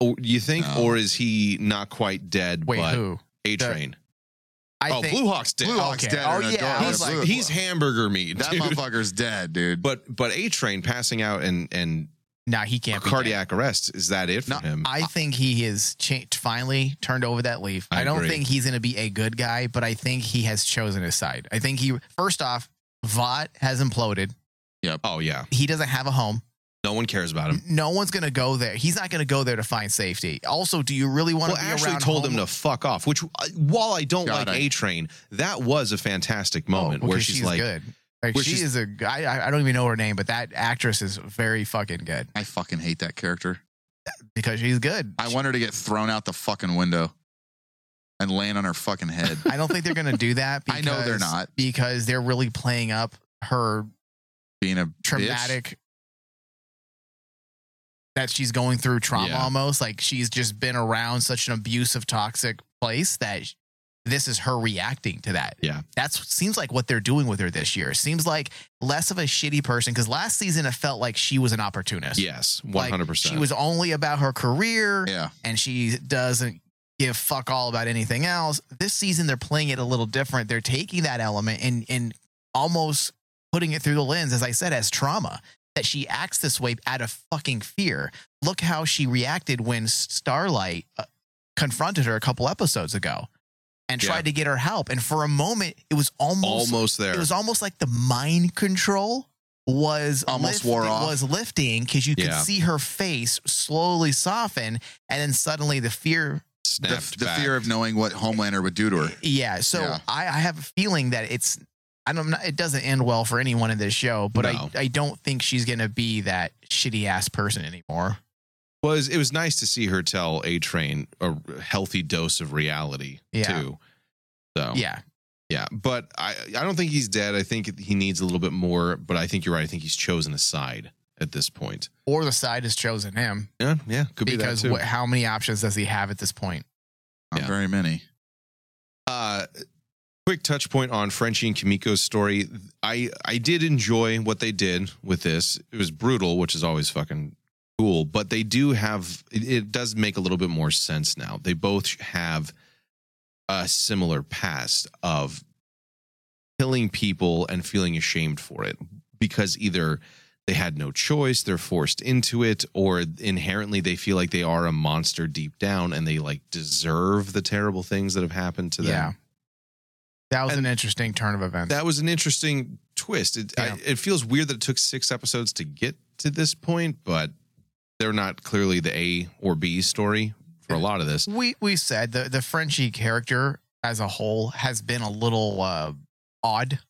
D: Or you think,
E: No.
D: or is he not quite dead,
C: Wait,
D: but
C: who?
D: A train?
C: I
D: Oh, Blue Hawk's [LAUGHS] dead.
E: Blue Hawk's
C: Okay.
E: dead.
C: Oh,
E: and a
C: yeah,
E: dog.
C: I
D: he's
C: was
E: Blue-
C: like-
D: he's hamburger meat.
E: that
D: dude.
E: motherfucker's dead, dude.
D: But but A train passing out and and
C: Nah, he can't. Be dead.
D: cardiac arrest is that it for
E: No,
D: him?
C: I think he is cha- finally turned over that leaf.
D: I
C: I, don't
D: agree.
C: think he's going to be a good guy, but I think he has chosen his side. I think he, first off, Vought has imploded.
D: oh yeah,
C: He doesn't have a home.
D: no one cares about him.
C: No one's going to go there. He's not going to go there to find safety. Also, do you really want
D: Well,
C: to be
D: Ashley
C: around
D: told him
C: home-
D: to fuck off, which uh, while I don't
E: God,
D: like
E: I-
D: A Train, that was a fantastic moment
C: Oh,
D: where
C: because
D: she's, like,
C: good. Like,
D: where
C: she
D: she's-
C: is a g- I, I- I don't even know her name, but that actress is very fucking good
E: I fucking hate that character.
C: because she's good.
E: I want her to get thrown out the fucking window and land on her
D: [LAUGHS]
E: fucking head.
C: I don't think they're going to do that.
E: [LAUGHS] I know they're
C: because-
E: not.
C: because they're really playing up her
E: Being a
C: traumatic that she's going through trauma
D: Yeah.
C: almost like she's just been around such an abusive toxic place that sh- this is her reacting to that
D: Yeah.
C: that's seems like what they're doing with her this year seems like less of a shitty person because last season it felt like she was an opportunist
D: yes, one
C: Like,
D: hundred percent.
C: she was only about her career
E: Bitch. Yeah.
C: and she doesn't give fuck all about anything else. This season they're playing it a little different. They're taking that element and and almost putting it through the lens, as I said, as trauma. That she acts this way out of fucking fear. Look how she reacted when Starlight uh, confronted her a couple episodes ago and
D: Yeah.
C: tried to get her help. And for a moment, it was almost
D: almost there.
C: it was almost like the mind control was
E: Almost wore off.
C: was lifting because you could
D: Yeah.
C: see her face slowly soften and then suddenly the fear
E: The,
D: snapped
E: the
D: back.
E: fear of knowing what Homelander would do to her.
C: yeah so
E: Yeah.
C: I, I have a feeling that it's I don't know it doesn't end well for anyone in this show but
D: No.
C: I, I don't think she's gonna be that shitty ass person anymore
D: was it was nice to see her tell A Train a healthy dose of reality
C: Yeah.
D: too. So
C: yeah
D: yeah, but I I don't think he's dead. I think he needs a little bit more. But I think you're right. I think he's chosen a side. at this point.
C: or the side has chosen him
D: Yeah, yeah, could be
C: because
D: that too.
C: wh- how many options does he have at this point?
E: Not
D: Yeah.
E: very many.
D: Uh, quick touch point on Frenchie and Kimiko's story. I I did enjoy what they did with this. It was brutal, which is always fucking cool, but they do have it, it does make a little bit more sense now. They both have a similar past of killing people and feeling ashamed for it because either they had no choice, they're forced into it, or inherently they feel like they are a monster deep down and they like deserve the terrible things that have happened to them.
C: Yeah. That was
D: And-
C: an interesting turn of events.
D: That was an interesting twist. It, I,
C: Yeah.
D: it feels weird that it took six episodes to get to this point, but they're not clearly the A or B story for a lot of this.
C: we we said the the Frenchie character as a whole has been a little uh, odd.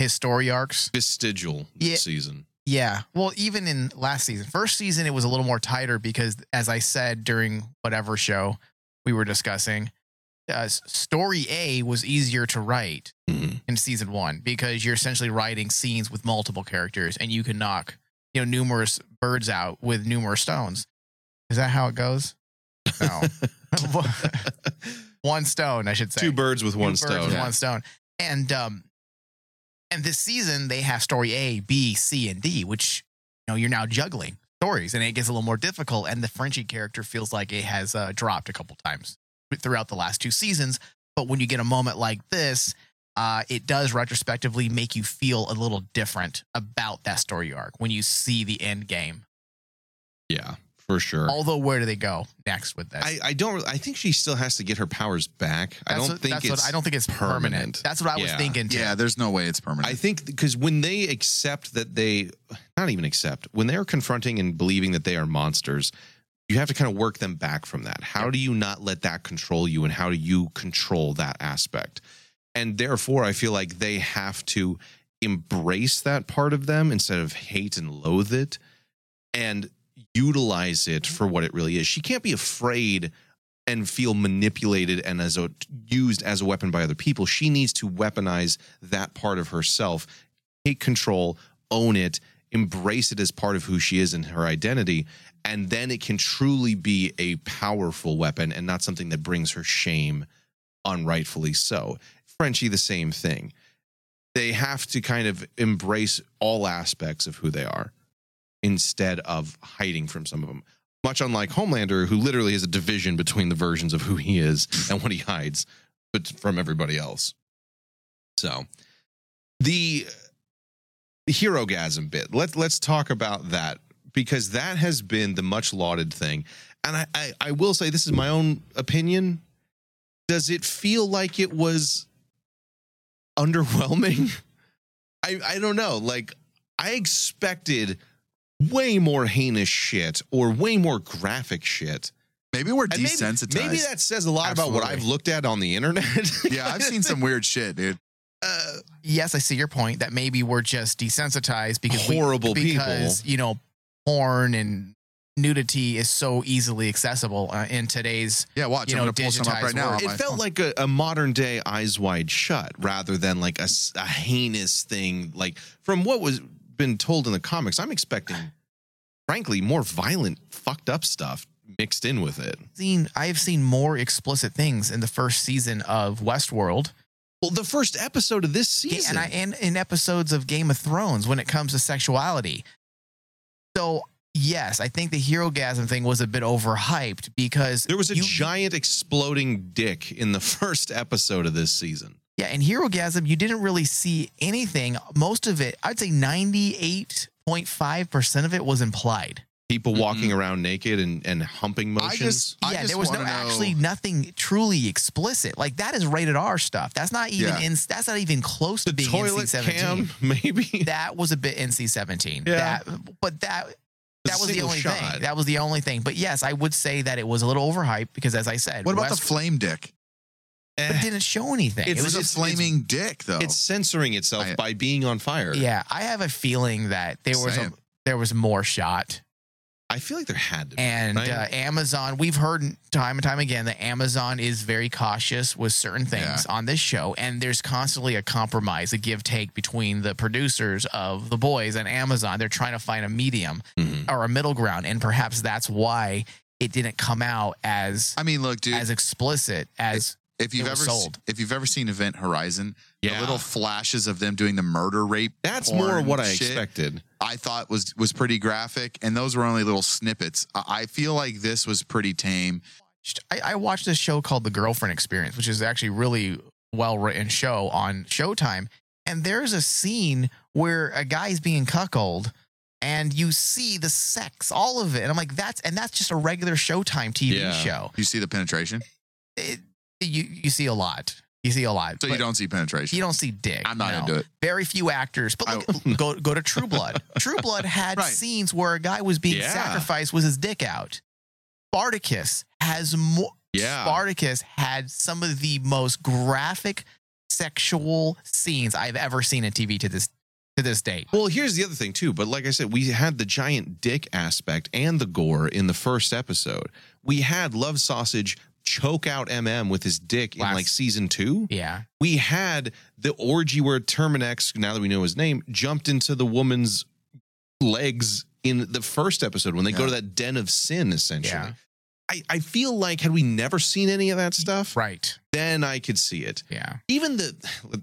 C: His story arcs.
D: Vestigial this
C: Yeah.
D: season.
C: Yeah. Well, even in last season, first season, it was a little more tighter because, as I said during whatever show we were discussing, uh, s- story A was easier to write
D: Mhm.
C: in season one because you're essentially writing scenes with multiple characters and you can knock, you know, numerous birds out with numerous stones. Is that how it goes? No. [LAUGHS] one stone, I should say.
D: [LAUGHS] Two birds with
C: Two
D: one
C: birds
D: stone.
C: with one stone. And um, and this season they have story A, B, C, and D, which you know you're now juggling stories, and it gets a little more difficult. And the Frenchie character feels like it has uh, dropped a couple times throughout the last two seasons. But when you get a moment like this, uh, it does retrospectively make you feel a little different about that story arc when you see the end game.
D: Yeah, for sure.
C: Although, where do they go next with this?
D: I, I don't. I think she still has to get her powers back. I
C: That's
D: don't
C: what-
D: think
C: that's
D: it's.
C: what- I don't think it's permanent.
D: permanent.
C: That's what I was
D: Yeah.
C: thinking. Too.
E: Yeah, there's no way it's permanent.
D: I think because when they accept that they, not even accept, when they're confronting and believing that they are monsters, you have to kind of work them back from that. How do you not let that control you and how do you control that aspect? And therefore, I feel like they have to embrace that part of them instead of hate and loathe it and utilize it for what it really is. She can't be afraid and feel manipulated and as a, used as a weapon by other people. She needs to weaponize that part of herself, take control, own it, embrace it as part of who she is and her identity, and then it can truly be a powerful weapon and not something that brings her shame unrightfully so. Frenchie the same thing. They have to kind of embrace all aspects of who they are instead of hiding from some of them. Much unlike Homelander, who literally is a division between the versions of who he is and what he hides, but from everybody else. So the hero gasm bit. Let's let's talk about that because that has been the much lauded thing. And I, I, I will say this is my own opinion. Does it feel like it was underwhelming? [LAUGHS] I, I don't know. Like I expected way more heinous shit or way more graphic shit.
E: maybe we're
D: And maybe-
E: desensitized.
D: Maybe, that says a lot about what I've
C: Absolutely.
D: looked at on the internet.
E: [LAUGHS] yeah, I've
D: [LAUGHS]
E: seen some weird shit, dude.
D: uh,
C: yes, I see your point that maybe we're just desensitized because we-
D: Horrible
C: because, you know, porn and nudity is so easily accessible uh, in today's.
E: Yeah, watch.
C: You
E: I'm
C: know,
E: gonna pull some up
C: digitized
E: right now.
C: word.
E: on
D: it
E: my
D: felt
E: phone.
D: like a, a modern day eyes wide shut rather than like a, s- a heinous thing like from what was been told in the comics i'm expecting frankly more violent fucked up stuff mixed in with it
C: Seen, I have seen more explicit things in the first season of Westworld,
D: well the first episode of this
C: and
D: season
C: I and in episodes of Game of Thrones when it comes to sexuality. So yes, I think the hero gasm thing was a bit overhyped because
D: there was a
C: you-
D: giant exploding dick in the [LAUGHS] first episode of this season
C: Yeah, in Hero Gasm, you didn't really see anything. Most of it, I'd say 98.5% of it was implied.
D: people walking around naked and, and humping
E: I
D: motions
E: just, I
C: yeah,
E: just
C: there was no
E: wanna know-
C: actually nothing truly explicit. Like that is rated R stuff. That's not even
E: Yeah.
C: in, that's not even close
D: the
C: to being
D: toilet
C: NC-17.
D: [LAUGHS] cam
E: [LAUGHS]
D: maybe
C: That was a bit NC-17.
D: Yeah.
C: That but that that was the
D: single
C: only
D: shot.
C: thing. That was the only thing. But yes, I would say that it was a little overhyped because as I said,
E: What about the
C: West-
E: flame dick?
C: but it didn't show anything.
D: It's
C: It
E: It
C: was
E: was a
D: it's-
E: flaming dick, though.
D: it's censoring itself
E: oh. I-
D: by being on fire
C: Yeah, I have a feeling that there was a,
E: Same.
C: there was more shot
D: I feel like there had to be.
C: And
D: right?
C: uh, Amazon, we've heard time and time again that Amazon is very cautious with certain things on this show, and there's constantly a compromise, a give take between the producers of The Boys and Amazon. They're trying to find a medium
D: Mhm.
C: or a middle ground, and perhaps that's why it didn't come out as
E: I mean, look, dude,
C: as explicit as
E: if you've
C: it
E: ever
C: was
E: se-
C: sold.
E: if you've ever seen Event Horizon,
D: Yeah.
E: the little flashes of them doing the murder rape,
D: that's
E: porn
D: more what I
E: shit,
D: expected.
E: I thought was was pretty graphic, and those were only little snippets. I, I feel like this was pretty tame.
C: I, I watched this show called The Girlfriend Experience, which is actually really well written show on Showtime. And there's a scene where a guy's being cuckold and you see the sex, all of it. And I'm like, that's and that's just a regular Showtime TV
D: Yeah.
C: show.
E: You see the penetration,
C: It- you you see a lot. You see a lot.
E: so you
C: but
E: don't see penetration.
C: you don't see dick.
E: I'm not
C: no.
E: into it.
C: Very few actors. But look, go go to True
D: [LAUGHS]
C: Blood. True Blood had
E: Right.
C: scenes where a guy was being
D: Yeah.
C: sacrificed with his dick out. Spartacus has more
D: Yeah.
C: Spartacus had some of the most graphic sexual scenes I've ever seen in TV to this to this date.
D: Well, here's the other thing too, but like I said, we had the giant dick aspect and the gore in the first episode. We had Love Sausage choke out MM with his dick in
C: Last-
D: like season 2.
C: Yeah.
D: We had the orgy where Terminex, now that we know his name, jumped into the woman's legs in the first episode when they go
E: Yeah.
D: to that den of sin essentially.
C: Yeah.
D: I, I feel like had we never seen any of that stuff,
C: Right.
D: then I could see it
C: Yeah.
D: even the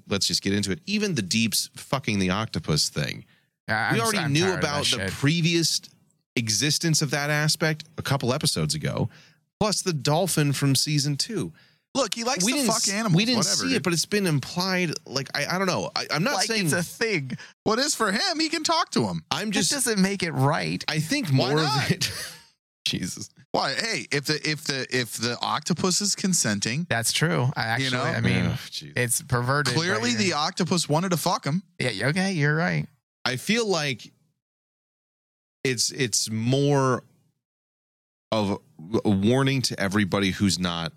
D: let's just get into it even the deeps fucking the octopus thing
C: I-
D: we
C: I'm-
D: already
C: I'm
D: knew
C: tired of
D: about
C: that
D: the
C: shit.
D: previous existence of that aspect a couple episodes ago plus the dolphin from season two
E: Look, he likes
D: we
E: to
D: didn't,
E: fuck
D: s-
E: animals.
D: we didn't
E: whatever,
D: see it
E: dude.
D: but it's been implied like i, I don't know I, i'm not
C: like
D: saying
C: it's a thing.
E: what is for him, he can talk to him.
D: i'm
C: Just
D: just
C: doesn't make it right.
D: i think
E: Why
D: more of
E: not?
D: it [LAUGHS] jesus
E: Why? Hey, if the if the if the octopus is consenting,
C: That's true. I actually
E: You know?
C: I mean
D: Ugh, jeez.
C: it's perverted. right
E: clearly
C: here.
E: the octopus wanted to fuck him.
C: Yeah, okay, you're right.
D: I feel like it's it's more of a warning to everybody who's not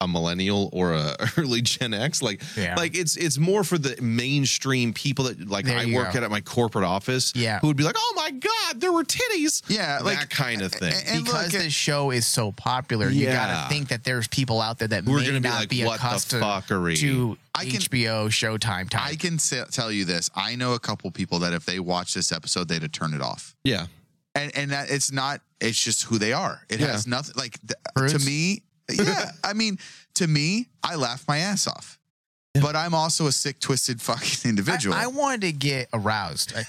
D: a millennial or a [LAUGHS] early Gen X. Like
C: Yeah.
D: like it's it's more for the mainstream people that like
C: There
D: I
C: you
D: work
C: go.
D: at at my corporate office.
C: Yeah.
D: who would be like, oh my god, there were titties.
E: Yeah, like
D: that kind of thing.
E: a- and
C: because
E: look,
C: this show is so popular, you
D: Yeah.
C: gotta think that there's people out there that
D: We're
C: may
D: gonna be
C: not
D: like,
C: be
D: what the
C: accustomed
D: fuckery?
C: to
E: I can-
C: HBO Showtime type.
E: I can se- tell you this. I know a couple people that if they watch this episode, they'd have turned it off.
D: Yeah,
E: And and that it's not. It's just who they are. It
D: Yeah.
E: has nothing. Like th- to
C: Brutes.
E: me, yeah. I mean, to me, I laugh my ass off. But I'm also a sick, twisted fucking [LAUGHS] individual.
C: I, I wanted to get aroused. I,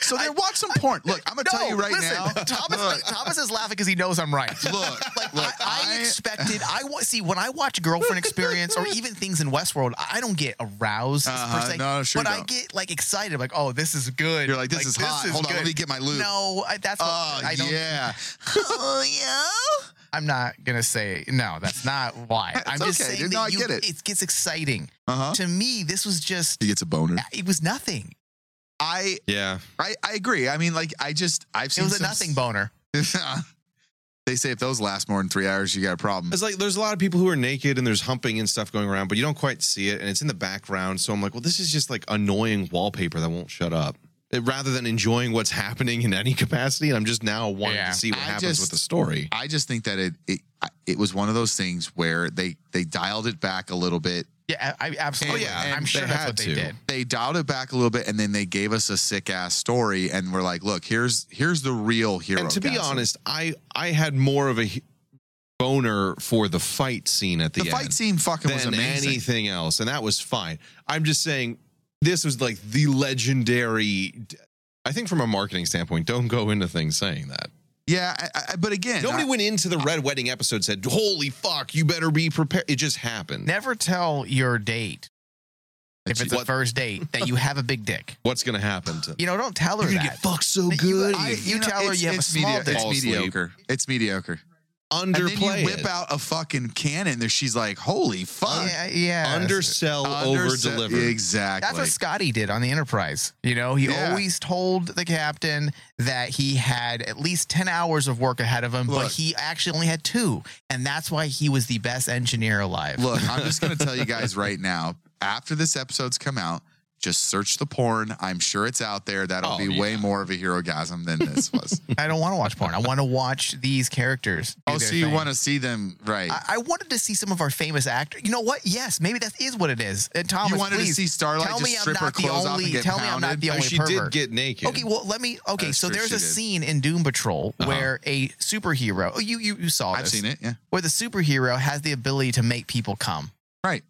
E: so then watch some porn. Look, I'm gonna tell you right
C: listen,
E: now.
C: [LAUGHS] Thomas,
E: Look.
C: Thomas is laughing because he knows I'm right.
E: Look,
C: like
E: look,
C: I, I
E: I-
C: expected. I wa- see when I watch Girlfriend Experience or even things in Westworld, I don't get aroused per
E: Uh-huh,
C: se.
E: no, sure
C: but I
E: don't.
C: get like excited, like oh, this is good.
E: You're like, this is hot. Hold on, let
C: good.
E: me get my lube.
C: No, I, that's what,
E: Oh
C: I don't.
E: yeah. oh yeah.
C: I'm not gonna say no. That's not
E: [LAUGHS]
C: why. I'm
E: It's
C: just
E: okay,
C: saying
E: dude.
C: that
E: No, I
C: you-
E: get it.
C: It gets exciting
E: Uh huh.
C: to me. This was just.
E: He gets a boner.
C: It was nothing.
E: I
D: yeah.
E: I, I agree. I mean, like I just I've
C: It
E: seen
C: was a
E: some-
C: nothing boner.
E: [LAUGHS] they say if those last more than three hours, you got a problem.
D: It's like there's a lot of people who are naked and there's humping and stuff going around, but you don't quite see it, and it's in the background. So I'm like, well, this is just like annoying wallpaper that won't shut up. It- rather than enjoying what's [LAUGHS] happening in any capacity, and I'm just now wanting
C: Yeah.
D: to see what
E: I
D: happens
E: just-
D: with the story.
E: I just think that it it I- it was one of those things where they they dialed it back a little bit.
C: Yeah, I, I absolutely.
E: Oh, yeah,
C: I'm
E: and
C: sure
D: they
C: that's
D: had
C: what they
D: to.
C: did.
E: They dialed it back a little bit, and then they gave us a sick ass story, and we're like, look, here's here's the real hero.
D: and to be
E: Castle.
D: honest, I I had more of a h- boner for the fight scene at the,
E: the
D: end
E: fight scene fucking
D: than
E: was amazing.
D: anything else, and that was fine. I'm just saying this was like the legendary. I think from a marketing standpoint, don't go into things saying that.
E: Yeah, I, I, but again,
D: Nobody
E: I-
D: went into the Red Wedding episode and said, "Holy fuck, you better be prepared." It just happened.
C: Never tell your date if it's a
D: what-
C: first date that you have a big dick.
D: What's gonna happen to?
C: You know, don't tell her
D: You're gonna
C: that.
D: get fucked so
C: You-
D: good.
C: I-
D: you
C: you tell her
E: it's-
C: you have a
E: it's
C: small
E: media-
C: dick.
E: It's
D: Fall asleep.
E: mediocre. It's mediocre. And then
D: underplay
E: you whip
D: it.
E: out a fucking cannon. There, she's like, "Holy fuck!"
C: Oh, yeah, yeah.
D: undersell, over
E: Underse-
D: deliver.
E: Exactly.
C: That's what Scotty did on the Enterprise. You know, he
E: Yeah.
C: always told the captain that he had at least 10 hours of work ahead of him, but
E: Look.
C: he actually only had two. And that's why he was the best engineer alive. [LAUGHS]
E: Look, I'm just going to tell you guys right now. After this episode's come out, Just search the porn. I'm sure it's out there. That'll
D: Oh,
E: be way
D: yeah.
E: more of a hero gasm than this
D: [LAUGHS]
E: was.
C: I don't want to watch porn. I want to watch these characters. do
E: oh,
C: their
E: so you
C: thing.
E: want to see them, right?
C: I, I wanted to see some of our famous actors. You know what? Yes, maybe that is what it is. And Thomas,
E: you wanted
C: please,
E: to see Starlight
C: tell
E: just
C: me I'm
E: strip her
C: not the
E: clothes off and
C: only-
E: get
C: tell me
E: pounded?
C: I'm not the
D: Oh,
C: only
D: she
C: pervert.
D: did get naked.
C: Okay, well, let me. Okay,
E: That's
C: so
E: true,
C: there's
E: she
C: a
E: did. Uh-huh.
C: scene in Doom Patrol where a superhero. Oh, you you, you saw
E: I've
C: this.
E: seen it. Yeah,
C: Where the superhero has the ability to make people come.
E: right.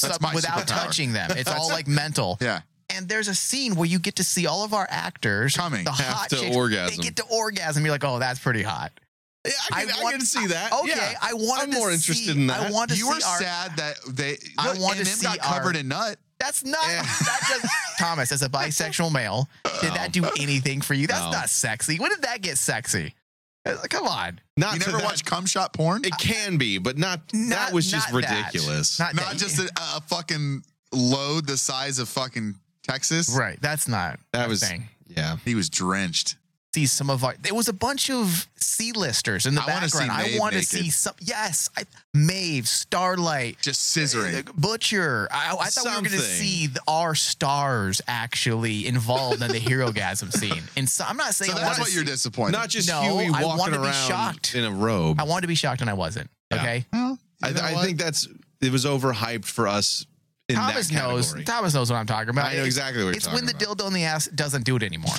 E: That's
C: So-
E: my
C: without
E: superpower.
C: touching them.
D: [LAUGHS]
C: It's all like mental.
E: Yeah,
C: And there's a scene where you get to see all of our actors
E: Coming.
C: the
D: Have
C: hot
D: to
C: chicks,
D: orgasm.
C: They get to orgasm. You're like, oh, that's pretty hot.
D: yeah, I, can, I
C: want-
D: can see that.
C: Okay,
D: Yeah.
C: I wanted
D: I'm
C: to
D: more interested
C: see-
D: in that.
C: I want to
E: you
C: see
E: were
C: our
E: sad that they.
C: I
E: Look,
C: want to
E: M&M got
C: see our-
E: covered in nut.
D: [LAUGHS]
C: That's not that does Thomas as a bisexual male. Did that
D: [LAUGHS]
C: do anything for you? That's
D: No.
C: not sexy. When did that get sexy? Uh, Come on.
D: Not
E: You
D: to
E: never
D: that-
E: watched cum shot porn?
D: It can be, but not. that
C: Not-
D: was just
C: not that.
D: ridiculous.
C: Not,
E: Not
C: that.
E: just a, a fucking load the size of fucking Texas.
C: right. That's not
D: That
C: a
D: was-
C: thing.
D: yeah.
E: He was drenched.
C: See some of our. There was a bunch of C-listers in the
E: I wanna see
C: background. I
E: Maeve
C: want to
E: naked.
C: see some. Yes, I, Maeve, Starlight, uh,
E: Just scissoring.
C: Butcher. I, I thought we were going to
D: Something.
C: see the, our stars actually involved in the hero gasm
E: [LAUGHS]
C: scene. And so I'm not saying
E: So
C: I
E: that's
C: wanna
E: what you're
C: see-
E: disappointed.
D: Not just
C: No,
D: Huey
C: I
D: walking
C: wanted to be
D: around
C: shocked.
D: in a robe.
C: I wanted to be shocked and I wasn't.
D: Yeah.
C: Okay.
E: well,
D: I,
E: you know
D: I
E: what?
D: think that's it was overhyped for us in
C: Thomas
D: that category.
C: knows. Thomas knows what I'm talking about.
D: I know exactly what you're
C: It's when the
D: talking about.
C: dildo in the ass doesn't do it
E: [LAUGHS]
C: anymore,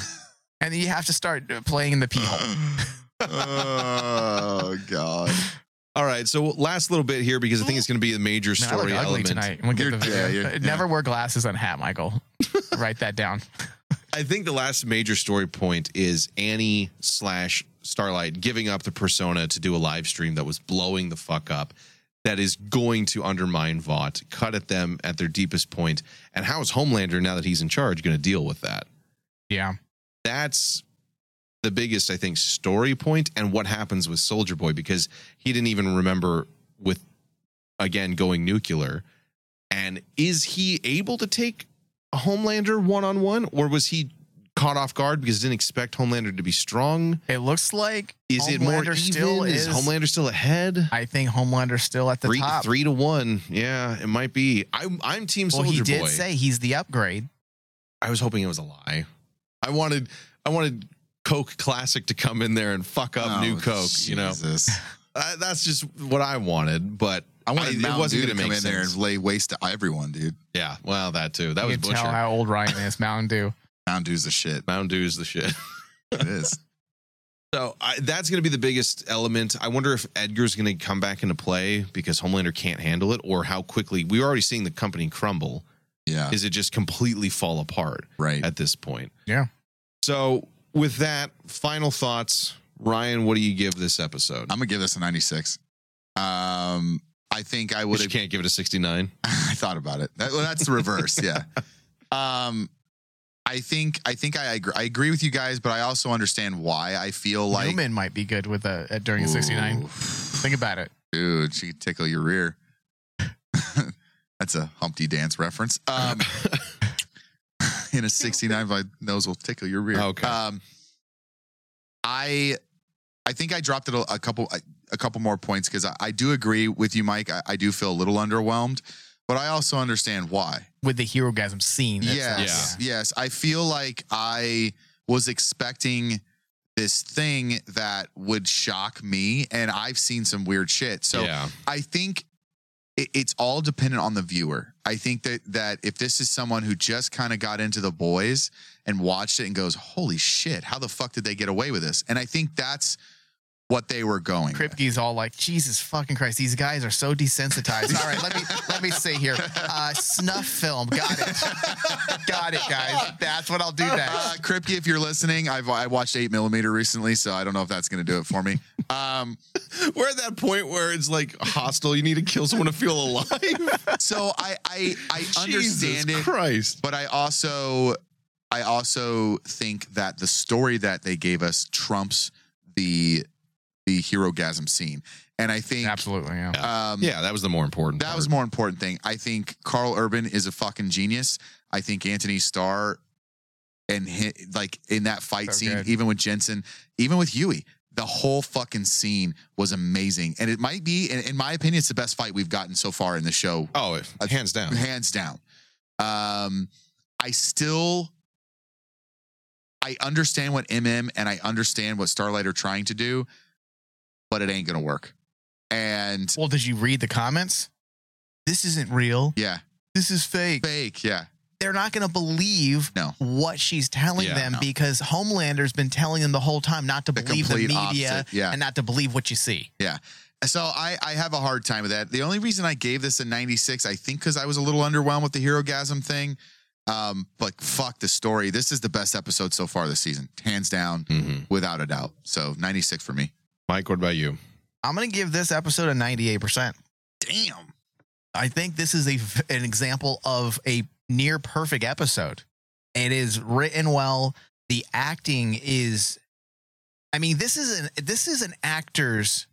C: and then you have to start uh, playing in the pee hole.
E: [LAUGHS] oh god.
D: All right, so last little bit here because I think it's going to be the major
C: Man, I look
D: story
C: ugly
D: element.
C: tonight. We'll get
E: You're-
C: the video.
E: yeah, you're-
C: Uh, Never wear glasses and hat,
E: [LAUGHS]
C: Michael. Write that down.
D: I think the last major story point is Annie slash Starlight giving up the persona to do a live stream that was blowing the fuck up. That is going to undermine Vought, cut at them at their deepest point. And how is Homelander now that he's in charge going to deal with that?
C: Yeah,
D: that's the biggest i think story point and what happens with soldier boy because he didn't even remember with again going nuclear and is he able to take a homelander one-on-one or was he caught off guard because he didn't expect homelander to be strong
C: it looks like
D: is it more
C: Homelander
D: even
C: still
D: is,
C: is-
D: homelander still ahead
C: I think Homelander's still at the
D: three,
C: top.
D: three to one yeah it might be i'm, I'm team
C: well,
D: soldier
C: he did
D: boy
C: say he's the upgrade.
D: I was hoping it was a lie. I wanted I wanted Coke Classic to come in there and fuck up
E: Oh,
D: New Coke. You know,
E: Jesus.
D: Uh, that's just what I wanted. But
E: I wanted
D: it
E: Mountain
D: wasn't
E: Dew to
D: going to
E: come
D: make
E: in there and
D: sense.
E: lay waste to everyone, dude.
D: Yeah, well, that too. That
C: you
D: was
C: can tell
D: Butcher.
C: how old Ryan is. Mountain
D: [LAUGHS]
C: Dew.
E: Mountain Dew's the shit.
D: Mountain Dew's the shit. [LAUGHS]
E: It is.
D: So I, that's going to be the biggest element. I wonder if Edgar's going to come back into play because Homelander can't handle it, or how quickly we were already seeing the company crumble.
E: Yeah.
D: Is it just completely fall apart [LAUGHS]
E: Right.
D: at this point?
C: Yeah.
D: So with that, final thoughts, Ryan. What do you give this episode?
E: I'm gonna give this a 96. Um, I think I would
D: But
E: have
D: you can't give it a 69.
E: I thought about it. That, well, that's the reverse. yeah. Um, I think I think I agree, I agree with you guys, but I also understand why I feel like
C: Newman might be good with a, a during a '69.
E: Ooh,
C: Think about it.
E: dude, she could tickle your rear. [LAUGHS] that's a Humpty Dance reference. Um, [LAUGHS] in a '69, my nose will tickle your rear.
D: Okay.
E: Um, I I think I dropped it a, a couple a, a couple more points because I, I do agree with you, Mike. I, I do feel a little underwhelmed, but I also understand why.
C: With the hero gasm scene. that's-
E: Yes. Yes. I feel like I was expecting this thing that would shock me, and I've seen some weird shit. So
D: yeah.
E: I think it, it's all dependent on the viewer. I think that that if this is someone who just kind of got into the boys and watched it and goes, "Holy shit! How the fuck did they get away with this?" And I think that's what they were going. with.
C: Kripke's all like, Jesus fucking Christ, these guys are so desensitized. All right, let me [LAUGHS] let me see here. Uh, snuff film, got it,
D: [LAUGHS]
C: got it,
E: [LAUGHS]
C: guys. That's what I'll do
E: Uh,
C: next.
E: Kripke, if you're listening, I've I watched Eight Millimeter recently, so I don't know if that's going to do it for me. Um,
D: [LAUGHS] We're at that point where it's like hostile. You need to kill someone to feel alive. [LAUGHS]
E: so I I
C: [LAUGHS]
E: I understand
D: Jesus
E: it,
D: Christ.
E: but I also I also think that the story that they gave us trumps the the hero gasm scene, and I think
C: Absolutely, yeah.
E: um,
D: Yeah, that was the more important.
E: that was the more important thing. I think Carl Urban is a fucking genius. I think Anthony Starr and hi like in that fight
C: So
E: scene,
C: good.
E: even with Jensen, even with Huey, the whole fucking scene was amazing. And it might be, in, in my opinion, it's the best fight we've gotten so far in the show
D: Oh, hands down.
E: hands down. Um, I still I understand what MM and I understand what Starlight are trying to do, but it ain't gonna work. And
C: Well, did you read the comments? This isn't real.
E: yeah,
C: This is fake.
E: fake. Yeah,
C: They're not going to believe
E: No.
C: what she's telling
D: Yeah,
C: them
E: no.
C: because Homelander's been telling them the whole time not to
E: the
C: believe the
E: complete
C: media
E: opposite. Yeah,
C: and not to believe what you see.
E: So I, I have a hard time with that. The only reason I gave this a 96, I think because I was a little underwhelmed with the hero gasm thing. Um, but fuck the story. This is the best episode so far this season, hands down,
D: Mm-hmm.
E: without a doubt. So 96 for me.
D: Mike, what about you?
C: I'm going to give this episode a 98%.
E: Damn.
C: I think this is a v- an example of a near perfect episode. It is written well. The acting is I mean, this is an this is an actors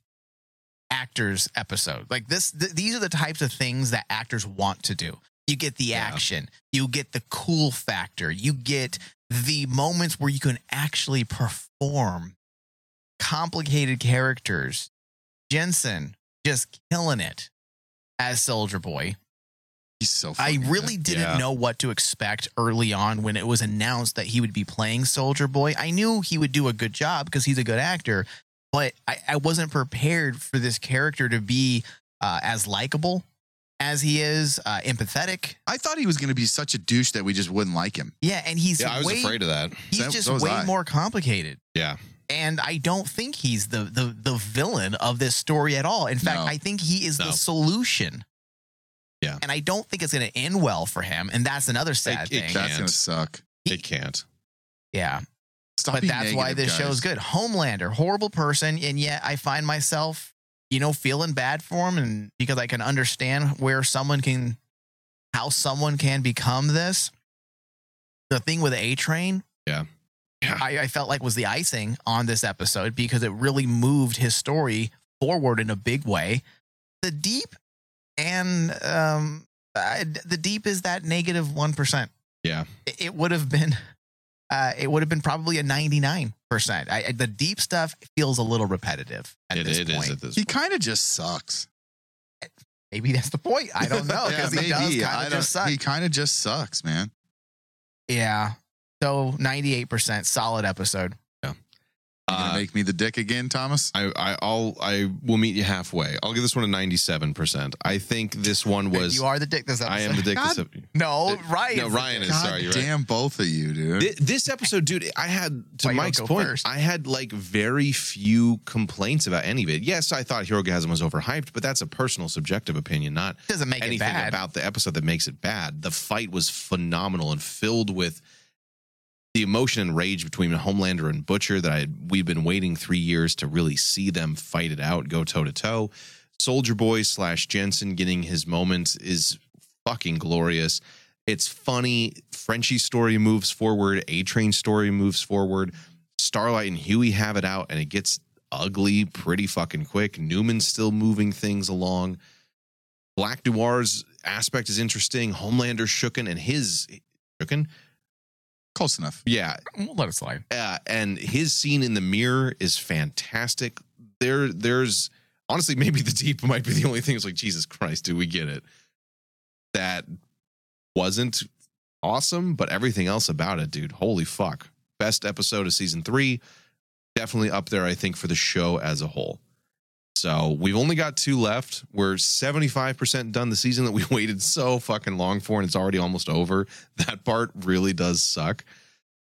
C: actors episode. Like this th- these are the types of things that actors want to do. You get the action, you get the cool factor, you get the moments where you can actually perform complicated characters. Jensen just killing it as Soldier Boy.
E: He's so
C: I
E: funny.
C: really didn't
D: Yeah.
C: know what to expect early on when it was announced that he would be playing Soldier Boy. I knew he would do a good job because he's a good actor, but I, I wasn't prepared for this character to be uh, as likable as he is, uh, empathetic.
E: I thought he was going to be such a douche that we just wouldn't like him.
C: Yeah, and he's
D: Yeah, I was
C: way,
D: afraid of that.
C: he's
E: That-
C: just
E: so was
C: way
E: I.
C: more complicated.
D: Yeah.
C: And I don't think he's the the the villain of this story at all. In fact,
E: No.
C: I think he is
D: No.
C: the solution.
D: Yeah.
C: And I don't think it's going to end well for him, and that's another sad
D: it
C: thing.
D: can't.
E: That's going to suck.
D: It can't.
C: Yeah.
E: Stop
C: but
E: being
C: that's why
E: negative,
C: this
E: guys.
C: show's good. Homelander, horrible person, and yet I find myself, you know, feeling bad for him, and because I can understand where someone can, how someone can become this. The thing with A Train,
D: Yeah. Yeah.
C: I, I felt like was the icing on this episode because it really moved his story forward in a big way. The deep and um, I, the deep is that negative one percent.
D: Yeah.
C: It- it would have been [LAUGHS] uh, it would have been probably a 99%. I, I- the deep stuff feels a little repetitive at
D: It-
C: this
D: it is
C: point.
D: at this
E: He kind of just sucks.
C: Maybe that's the point. I don't
D: [LAUGHS]
E: [LAUGHS]
C: know
E: Yeah,
C: because he does
E: maybe.
C: kind
E: I
C: of
E: don't-
C: just suck.
E: He kind of just sucks, man.
C: yeah. So 98% solid episode.
E: You going
D: Uh,
E: to make me the dick again, Thomas?
D: I, I I'll I will meet you halfway. I'll give this one a ninety seven percent. I think this one was
C: you are the dick this episode.
D: I am the dick.
E: God
D: This,
C: No,
D: Uh,
C: Ryan.
D: no, Ryan is
E: God
D: sorry. You're right.
E: damn both of you, dude.
D: Thi- This episode, dude, I had to
C: Why you don't
D: Mike's
C: go
D: point.
C: first?
D: I had like very few complaints about any of it. Yes, I thought Hero Gasm was overhyped, but that's a personal, subjective opinion, not
C: doesn't make it
D: anything
C: bad.
D: about the episode that makes it bad. The fight was phenomenal and filled with the emotion and rage between Homelander and Butcher that I had, we've been waiting three years to really see them fight it out, go toe to toe. Soldier Boy slash Jensen getting his moment is fucking glorious. It's funny. Frenchie's story moves forward. A Train story moves forward. Starlight and Huey have it out, and it gets ugly pretty fucking quick. Newman's still moving things along. Black Noir's aspect is interesting. Homelander Shooken and his Shooken,
E: Close enough.
D: yeah,
C: We'll let it slide.
D: uh, and his scene in the mirror is fantastic. There, there's honestly [LAUGHS] maybe the deep might be the only thing. It's like Jesus Christ, do we get it? That wasn't awesome, but everything else about it, dude, holy fuck! Best episode of season three, definitely up there. I think for the show as a whole. So we've only got two left. We're seventy five percent done the season that we [LAUGHS] waited so fucking long for, and it's already almost over. That part really does suck.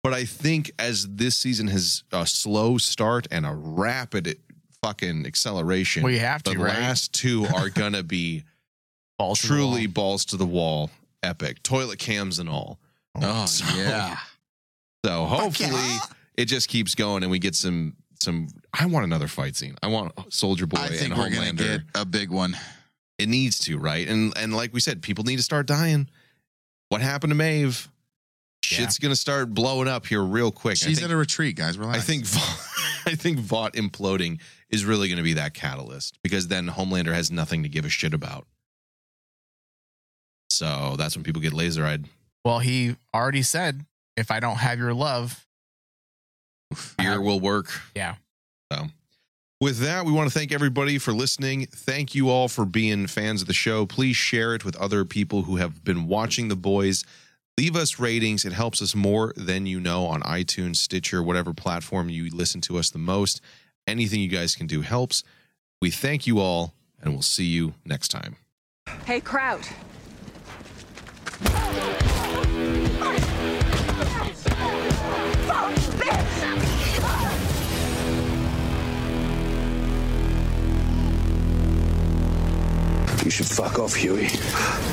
D: But I think as this season has a slow start and a rapid fucking acceleration,
C: Well, you have
D: the
C: to, right?
D: last two are gonna be
C: Balls to the wall.
D: truly balls to the wall, epic, toilet cams and all.
E: Oh,
D: So-
E: yeah.
D: So
C: Fuck yeah.
D: hopefully it just keeps going and we get some some. I want another fight scene. I want Soldier Boy
E: I
D: and
E: think we're going to
D: Homelander.
E: get a big one.
D: it needs to, right? And and like we said, people need to start dying. What happened to Maeve?
C: Yeah.
D: Shit's gonna start blowing up here real quick. I
E: She's
D: think-
E: at a retreat, guys. Relax.
D: I think Vaught, [LAUGHS] I think Vought imploding is really going to be that catalyst because then Homelander has nothing to give a shit about. So that's when people get laser eyed.
C: Well, he already said, if I don't have your love,
D: Fear will work.
C: Yeah.
D: So with that, we want to thank everybody for listening. Thank you all for being fans of the show. Please share it with other people who have been watching the boys. Leave us ratings. It helps us more than you know on iTunes, Stitcher, whatever platform you listen to us the most. Anything you guys can do helps. We thank you all, and we'll see you next time.
G: Hey, Kraut.
A: You should fuck off, Huey.